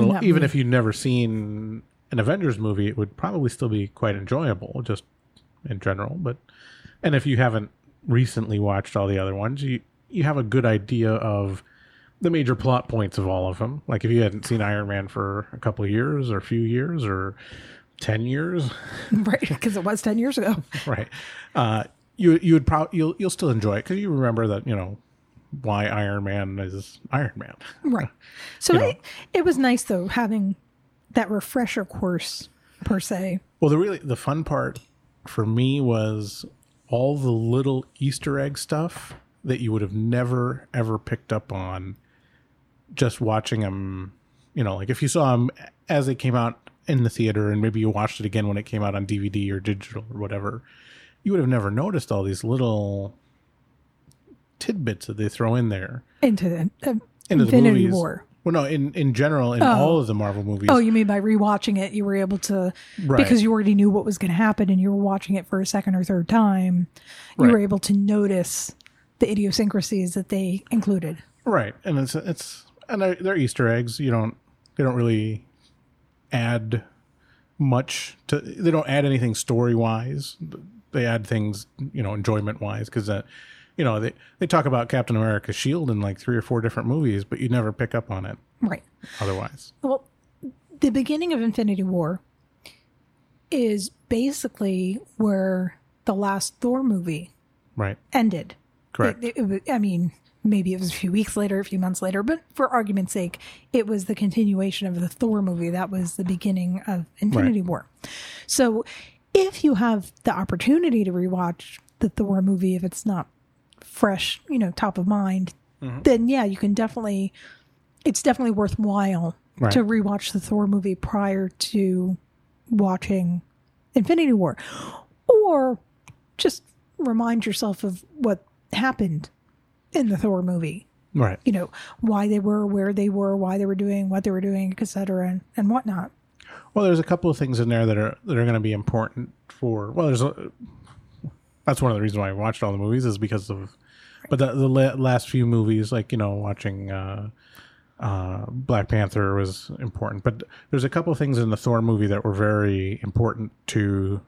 S1: Even
S3: even,
S1: that movie.
S3: if you've never seen an Avengers movie, it would probably still be quite enjoyable, just in general. But and if you haven't recently watched all the other ones, you you have a good idea of the major plot points of all of them. Like if you hadn't seen Iron Man for a couple of years or a few years or 10 years,
S1: right? Because it was 10 years ago.
S3: right. Uh, you you would probably you'll you'll still enjoy it cuz you remember that, you know, why Iron Man is Iron Man.
S1: Right. So
S3: You know.
S1: it, it was nice, though, having that refresher course, per se.
S3: Well, the really the fun part for me was all the little Easter egg stuff that you would have never ever picked up on just watching them. You know, like if you saw them as they came out in the theater, and maybe you watched it again when it came out on DVD or digital or whatever, you would have never noticed all these little tidbits that they throw in there
S1: into the uh,
S3: into
S1: Infinity
S3: the movies.
S1: War.
S3: Well, no, in in general, in all of the Marvel movies.
S1: Oh, you mean by rewatching it, you were able to
S3: Right.
S1: because you already knew what was going to happen, and you were watching it for a second or third time. You were
S3: Right.
S1: able to notice the idiosyncrasies that they included.
S3: Right, and it's it's and they're, they're Easter eggs. You don't they don't really add much to. They don't add anything story wise. They add things you know enjoyment wise because that you know they they talk about Captain America's shield in like three or four different movies, but you never pick up on it
S1: Right.
S3: otherwise.
S1: Well, the beginning of Infinity War is basically where the last Thor movie
S3: Right,
S1: ended.
S3: correct.
S1: It- it was- I mean, maybe it was a few weeks later, a few months later, but for argument's sake, it was the continuation of the Thor movie. That was the beginning of Infinity War. So if you have the opportunity to rewatch the Thor movie, if it's not fresh, you know, top of mind, then yeah, you can definitely, it's definitely worthwhile
S3: Right.
S1: to rewatch the Thor movie prior to watching Infinity War. Or just remind yourself of what happened in the Thor movie.
S3: right.
S1: You know, why they were where they were, why they were doing what they were doing, et cetera, and, and whatnot.
S3: Well, there's a couple of things in there that are that are going to be important for. Well, there's a, that's one of the reasons why I watched all the movies is because of, but the the la- last few movies, like you know, watching uh, uh, Black Panther was important. But there's a couple of things in the Thor movie that were very important to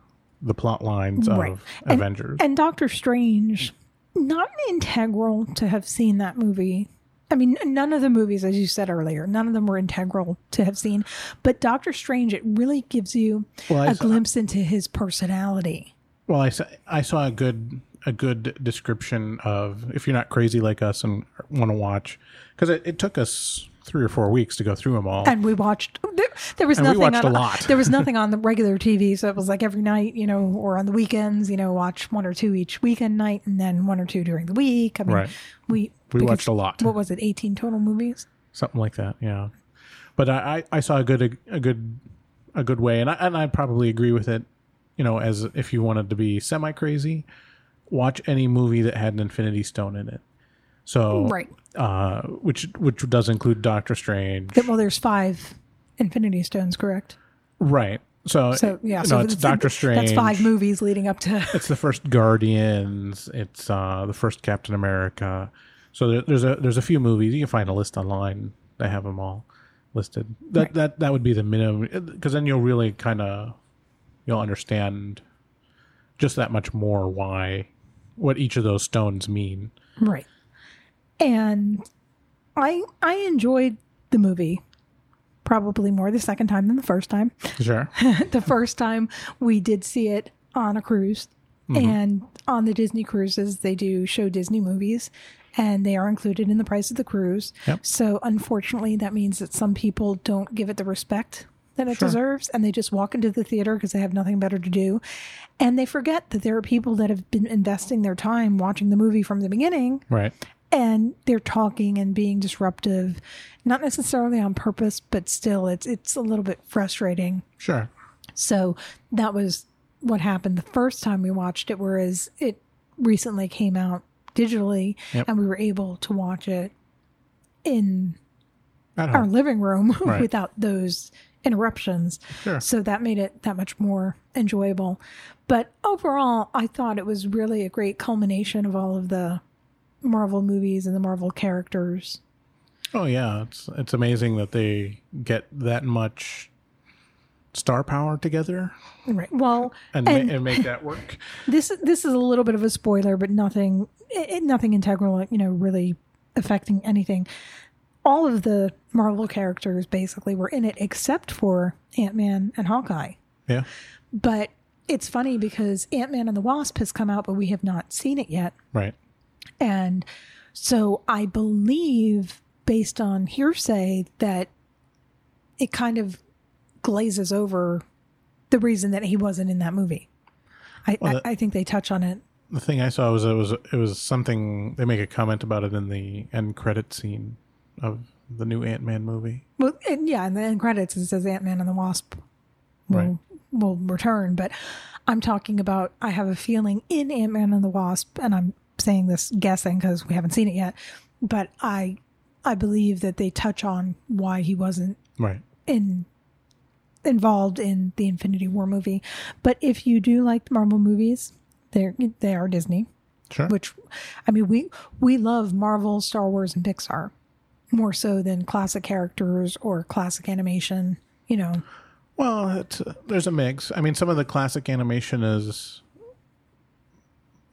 S3: the plot lines of
S1: Right. And-
S3: Avengers.
S1: And Doctor Strange, not integral to have seen that movie. I mean, none of the movies, as you said earlier, none of them were integral to have seen. But Doctor Strange, it really gives you
S3: Well, I
S1: a
S3: saw-
S1: glimpse into his personality.
S3: Well, I saw, I saw a good a good description of if you're not crazy like us and want to watch because it, it took us three or four weeks to go through them all.
S1: and we watched there, there was
S3: And we
S1: nothing
S3: watched
S1: on
S3: a lot.
S1: there was nothing on the regular tv so it was like every night you know or on the weekends you know watch one or two each weekend night and then one or two during the week i mean
S3: Right.
S1: we
S3: We
S1: because-
S3: watched a lot.
S1: what was it 18 total movies
S3: something like that. Yeah, but I, I I saw a good a, good a good way, and I and I probably agree with it. You know, as if you wanted to be semi crazy, watch any movie that had an Infinity Stone in it. So
S1: Right.
S3: uh, which which does include Doctor Strange,
S1: Th- well there's five infinity stones correct
S3: right? So
S1: so yeah
S3: no,
S1: so
S3: it's
S1: that's-
S3: Doctor Strange.
S1: that's five movies leading up to
S3: It's the first Guardians. It's uh, the first Captain America. So there, there's a there's a few movies you can find a list online. They have them all listed. That that that would be the minimum because then you'll really kind of you'll understand just that much more why what each of those stones mean.
S1: right and i i enjoyed the movie probably more the second time than the first time
S3: Sure.
S1: the first time we did see it on a cruise and on the disney cruises they do show disney movies and they are included in the price of the cruise
S3: Yep.
S1: so unfortunately that means that some people don't give it the respect that it deserves and they just walk into the theater because they have nothing better to do and they forget that there are people that have been investing their time watching the movie from the beginning
S3: right.
S1: and they're talking and being disruptive not necessarily on purpose but still it's it's a little bit frustrating
S3: Sure.
S1: so that was what happened the first time we watched it, whereas it recently came out digitally
S3: Yep.
S1: and we were able to watch it in
S3: At
S1: our
S3: home.
S1: living room
S3: Right.
S1: without those interruptions.
S3: Sure.
S1: So that made it that much more enjoyable. But overall, I thought it was really a great culmination of all of the Marvel movies and the Marvel characters.
S3: Oh yeah, it's it's amazing that they get that much star power together
S1: Right. Well,
S3: and ma- and make that work.
S1: this this is a little bit of a spoiler, but nothing it, it- nothing integral, you know, really affecting anything. all of the Marvel characters basically were in it except for Ant Man and Hawkeye.
S3: Yeah.
S1: But it's funny because Ant Man and the Wasp has come out, but we have not seen it yet.
S3: Right.
S1: And so I believe, based on hearsay, that it kind of glazes over the reason that he wasn't in that movie. I,
S3: Well, that-
S1: I, I think they touch on it.
S3: The thing I saw was it was it was something they make a comment about it in the end credit scene of the new Ant Man movie.
S1: Well, and yeah, in the end credits, it says Ant Man and the Wasp will,
S3: Right.
S1: will return. But I'm talking about, I have a feeling in Ant Man and the Wasp, and I'm saying this guessing because we haven't seen it yet, but I, I believe that they touch on why he wasn't
S3: Right.
S1: in involved in the Infinity War movie. But if you do like the Marvel movies, they're they are Disney,
S3: Sure.
S1: which I mean we we love Marvel, Star Wars, and Pixar more so than classic characters or classic animation. You know,
S3: Well, it's, uh, there's a mix. I mean, some of the classic animation is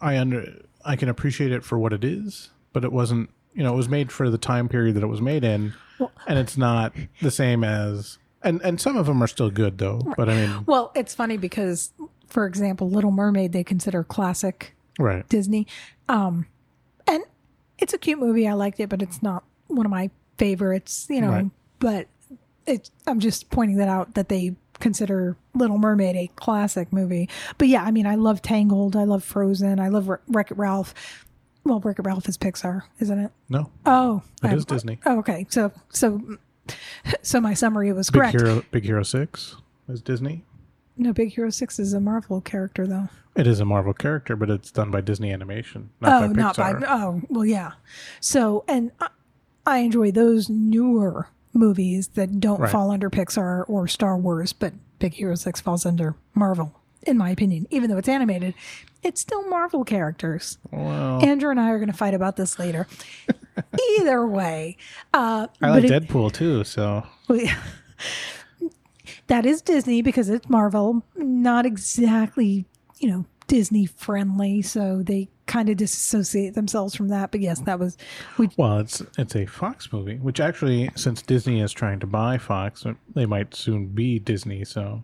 S3: I under I can appreciate it for what it is, but it wasn't. You know, it was made for the time period that it was made in, and it's not the same as. And and some of them are still good though. But I mean,
S1: well, it's funny because, for example, Little Mermaid they consider classic
S3: right?
S1: Disney. Um, and it's a cute movie. I liked it, but it's not one of my favorites, you know.
S3: Right.
S1: But it, I'm just pointing that out that they consider Little Mermaid a classic movie. But yeah, I mean, I love Tangled. I love Frozen. I love Wreck It Ralph. Well, Wreck It Ralph is Pixar, isn't it?
S3: No,
S1: Oh,
S3: it
S1: I-
S3: is Disney.
S1: Oh, okay. So, so, so my summary was
S3: Big
S1: correct.
S3: Hero, Big Hero Six is Disney.
S1: No, Big Hero Six is a Marvel character, though.
S3: It is a Marvel character, but it's done by Disney Animation, not
S1: Oh,
S3: by Pixar.
S1: not by. Oh, well, yeah. So, and I, I enjoy those newer movies that don't
S3: Right.
S1: fall under Pixar or Star Wars, but Big Hero 6 falls under Marvel, in my opinion. Even though it's animated, it's still Marvel characters.
S3: well,
S1: Andrew and I are going to fight about this later. Either way, uh,
S3: I like
S1: but it-
S3: Deadpool too, so
S1: we- that is Disney because it's Marvel, not exactly, you know, Disney friendly. So they kind of disassociate themselves from that. But yes, that was, we,
S3: Well, it's it's a Fox movie, which actually, since Disney is trying to buy Fox, they might soon be Disney. So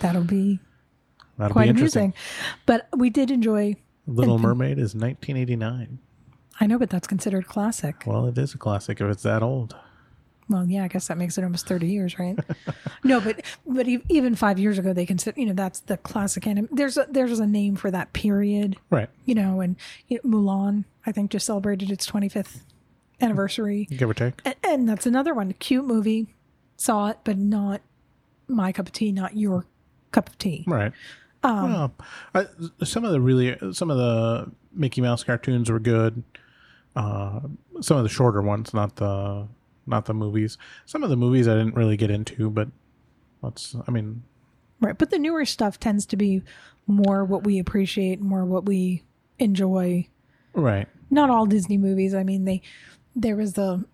S1: that'll be
S3: that'll
S1: quite
S3: be
S1: amusing.
S3: interesting.
S1: But we did enjoy,
S3: Little Mermaid is 1989.
S1: I know, but that's considered classic.
S3: Well, it is a classic if it's that old.
S1: Well, yeah, I guess that makes it almost 30 years, right? no, but, but e- even five years ago, they consider, you know, that's the classic anime. There's a, there's a name for that period.
S3: Right.
S1: you know, and you know, Mulan, I think, just celebrated its 25th anniversary.
S3: Give or take.
S1: And, and that's another one. Cute movie. Saw it, but not my cup of tea, not your cup of tea.
S3: Right. well, I, some of the really some of the Mickey Mouse cartoons were good. Uh, some of the shorter ones, not the not the movies. Some of the movies I didn't really get into, but let's. I mean,
S1: Right. But the newer stuff tends to be more what we appreciate, more what we enjoy.
S3: right.
S1: Not all Disney movies. I mean, they there was the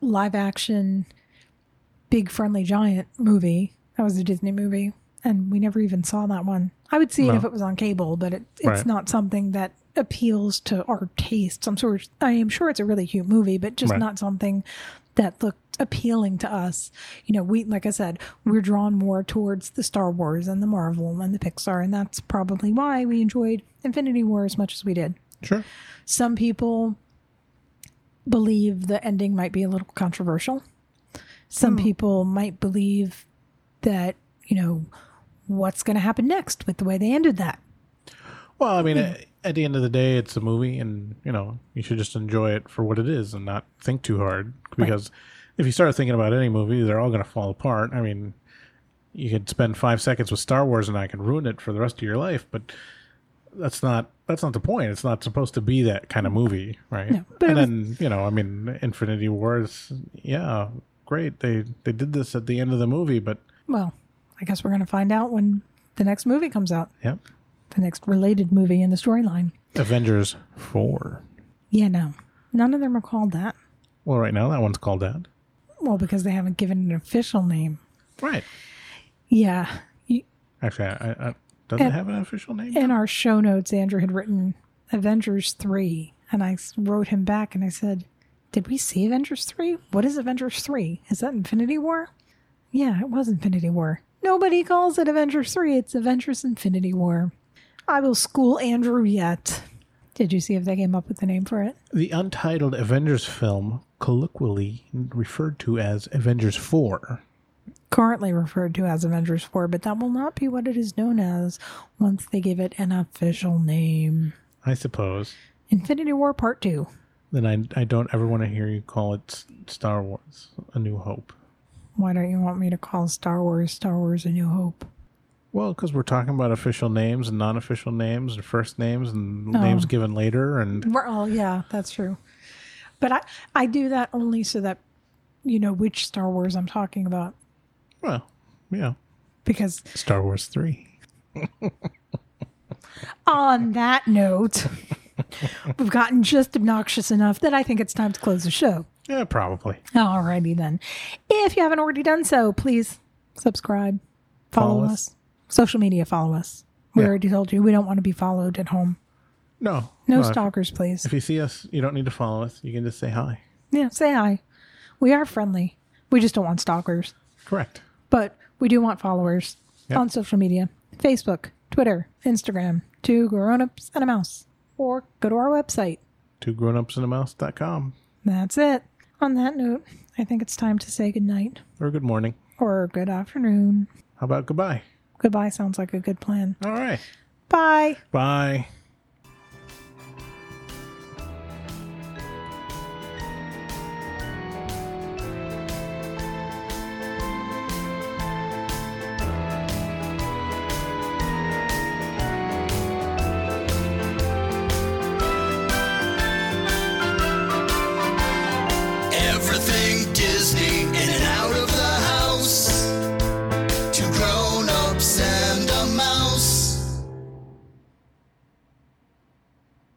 S1: live action Big Friendly Giant movie. That was a Disney movie, and we never even saw that one. I would see it
S3: No.
S1: if it was on cable, but it, it's
S3: Right.
S1: not something that appeals to our tastes. I'm sure I am sure it's a really cute movie, but just
S3: Right.
S1: not something that looked appealing to us. You know, we like I said, we're drawn more towards the Star Wars and the Marvel and the Pixar, and that's probably why we enjoyed Infinity War as much as we did
S3: Sure.
S1: some people believe the ending might be a little controversial. Some people might believe that, you know, what's going to happen next with the way they ended that.
S3: Well, I mean, at, at the end of the day, it's a movie, and you know, you should just enjoy it for what it is and not think too hard. Because if you start thinking about any movie, they're all going to fall apart. I mean, you could spend five seconds with Star Wars, and I can ruin it for the rest of your life. But that's not that's not the point. It's not supposed to be that kind of movie, right?
S1: No, but
S3: and
S1: it was-
S3: then you know, I mean, Infinity Wars, yeah, great. They they did this at the end of the movie, but
S1: Well, I guess we're going to find out when the next movie comes out,
S3: yeah,
S1: the next related movie in the storyline.
S3: Avengers four.
S1: Yeah, no. None of them are called that.
S3: Well, right now that one's called that.
S1: Well, because they haven't given an official name.
S3: Right.
S1: Yeah. You-
S3: Actually, I, I, doesn't
S1: And-
S3: it have an official name?
S1: in our show notes, Andrew had written Avengers 3, and I s- wrote him back and I said, Did we see Avengers 3? What is Avengers 3? Is that Infinity War? Yeah, it was Infinity War. Nobody calls it Avengers 3. It's Avengers Infinity War. I will school Andrew yet. Did you see if they came up with a name for it?
S3: The untitled Avengers film, colloquially referred to as Avengers 4.
S1: Currently referred to as Avengers 4, but that will not be what it is known as once they give it an official name
S3: I suppose.
S1: Infinity War Part 2.
S3: Then I, I don't ever want to hear you call it Star Wars A New Hope.
S1: Why don't you want me to call Star Wars Star Wars A New Hope?
S3: Well, because we're talking about official names and non official names and first names
S1: Oh.
S3: and names given later. And
S1: Well, yeah, that's true. But I, I do that only so that you know which Star Wars I'm talking about
S3: Well, yeah.
S1: because
S3: Star Wars 3.
S1: on that note, we've gotten just obnoxious enough that I think it's time to close the show.
S3: Yeah, probably.
S1: Alrighty then. If you haven't already done so, please subscribe, follow,
S3: Follow
S1: us.
S3: us.
S1: social media follow us. We
S3: Yeah.
S1: already told you we don't want to be followed at home.
S3: No.
S1: No
S3: if-
S1: stalkers, please.
S3: If you see us, you don't need to follow us. You can just say hi.
S1: Yeah, say hi. We are friendly. We just don't want stalkers.
S3: Correct.
S1: but we do want followers
S3: Yep.
S1: on social media Facebook, Twitter, Instagram, two grown ups and a mouse. Or go to our website.
S3: Two grownupsandamouse.com
S1: That's it. On that note, I think it's time to say goodnight
S3: or good morning.
S1: or good afternoon.
S3: How about goodbye?
S1: Goodbye sounds like a good plan.
S3: All right.
S1: Bye.
S3: Bye.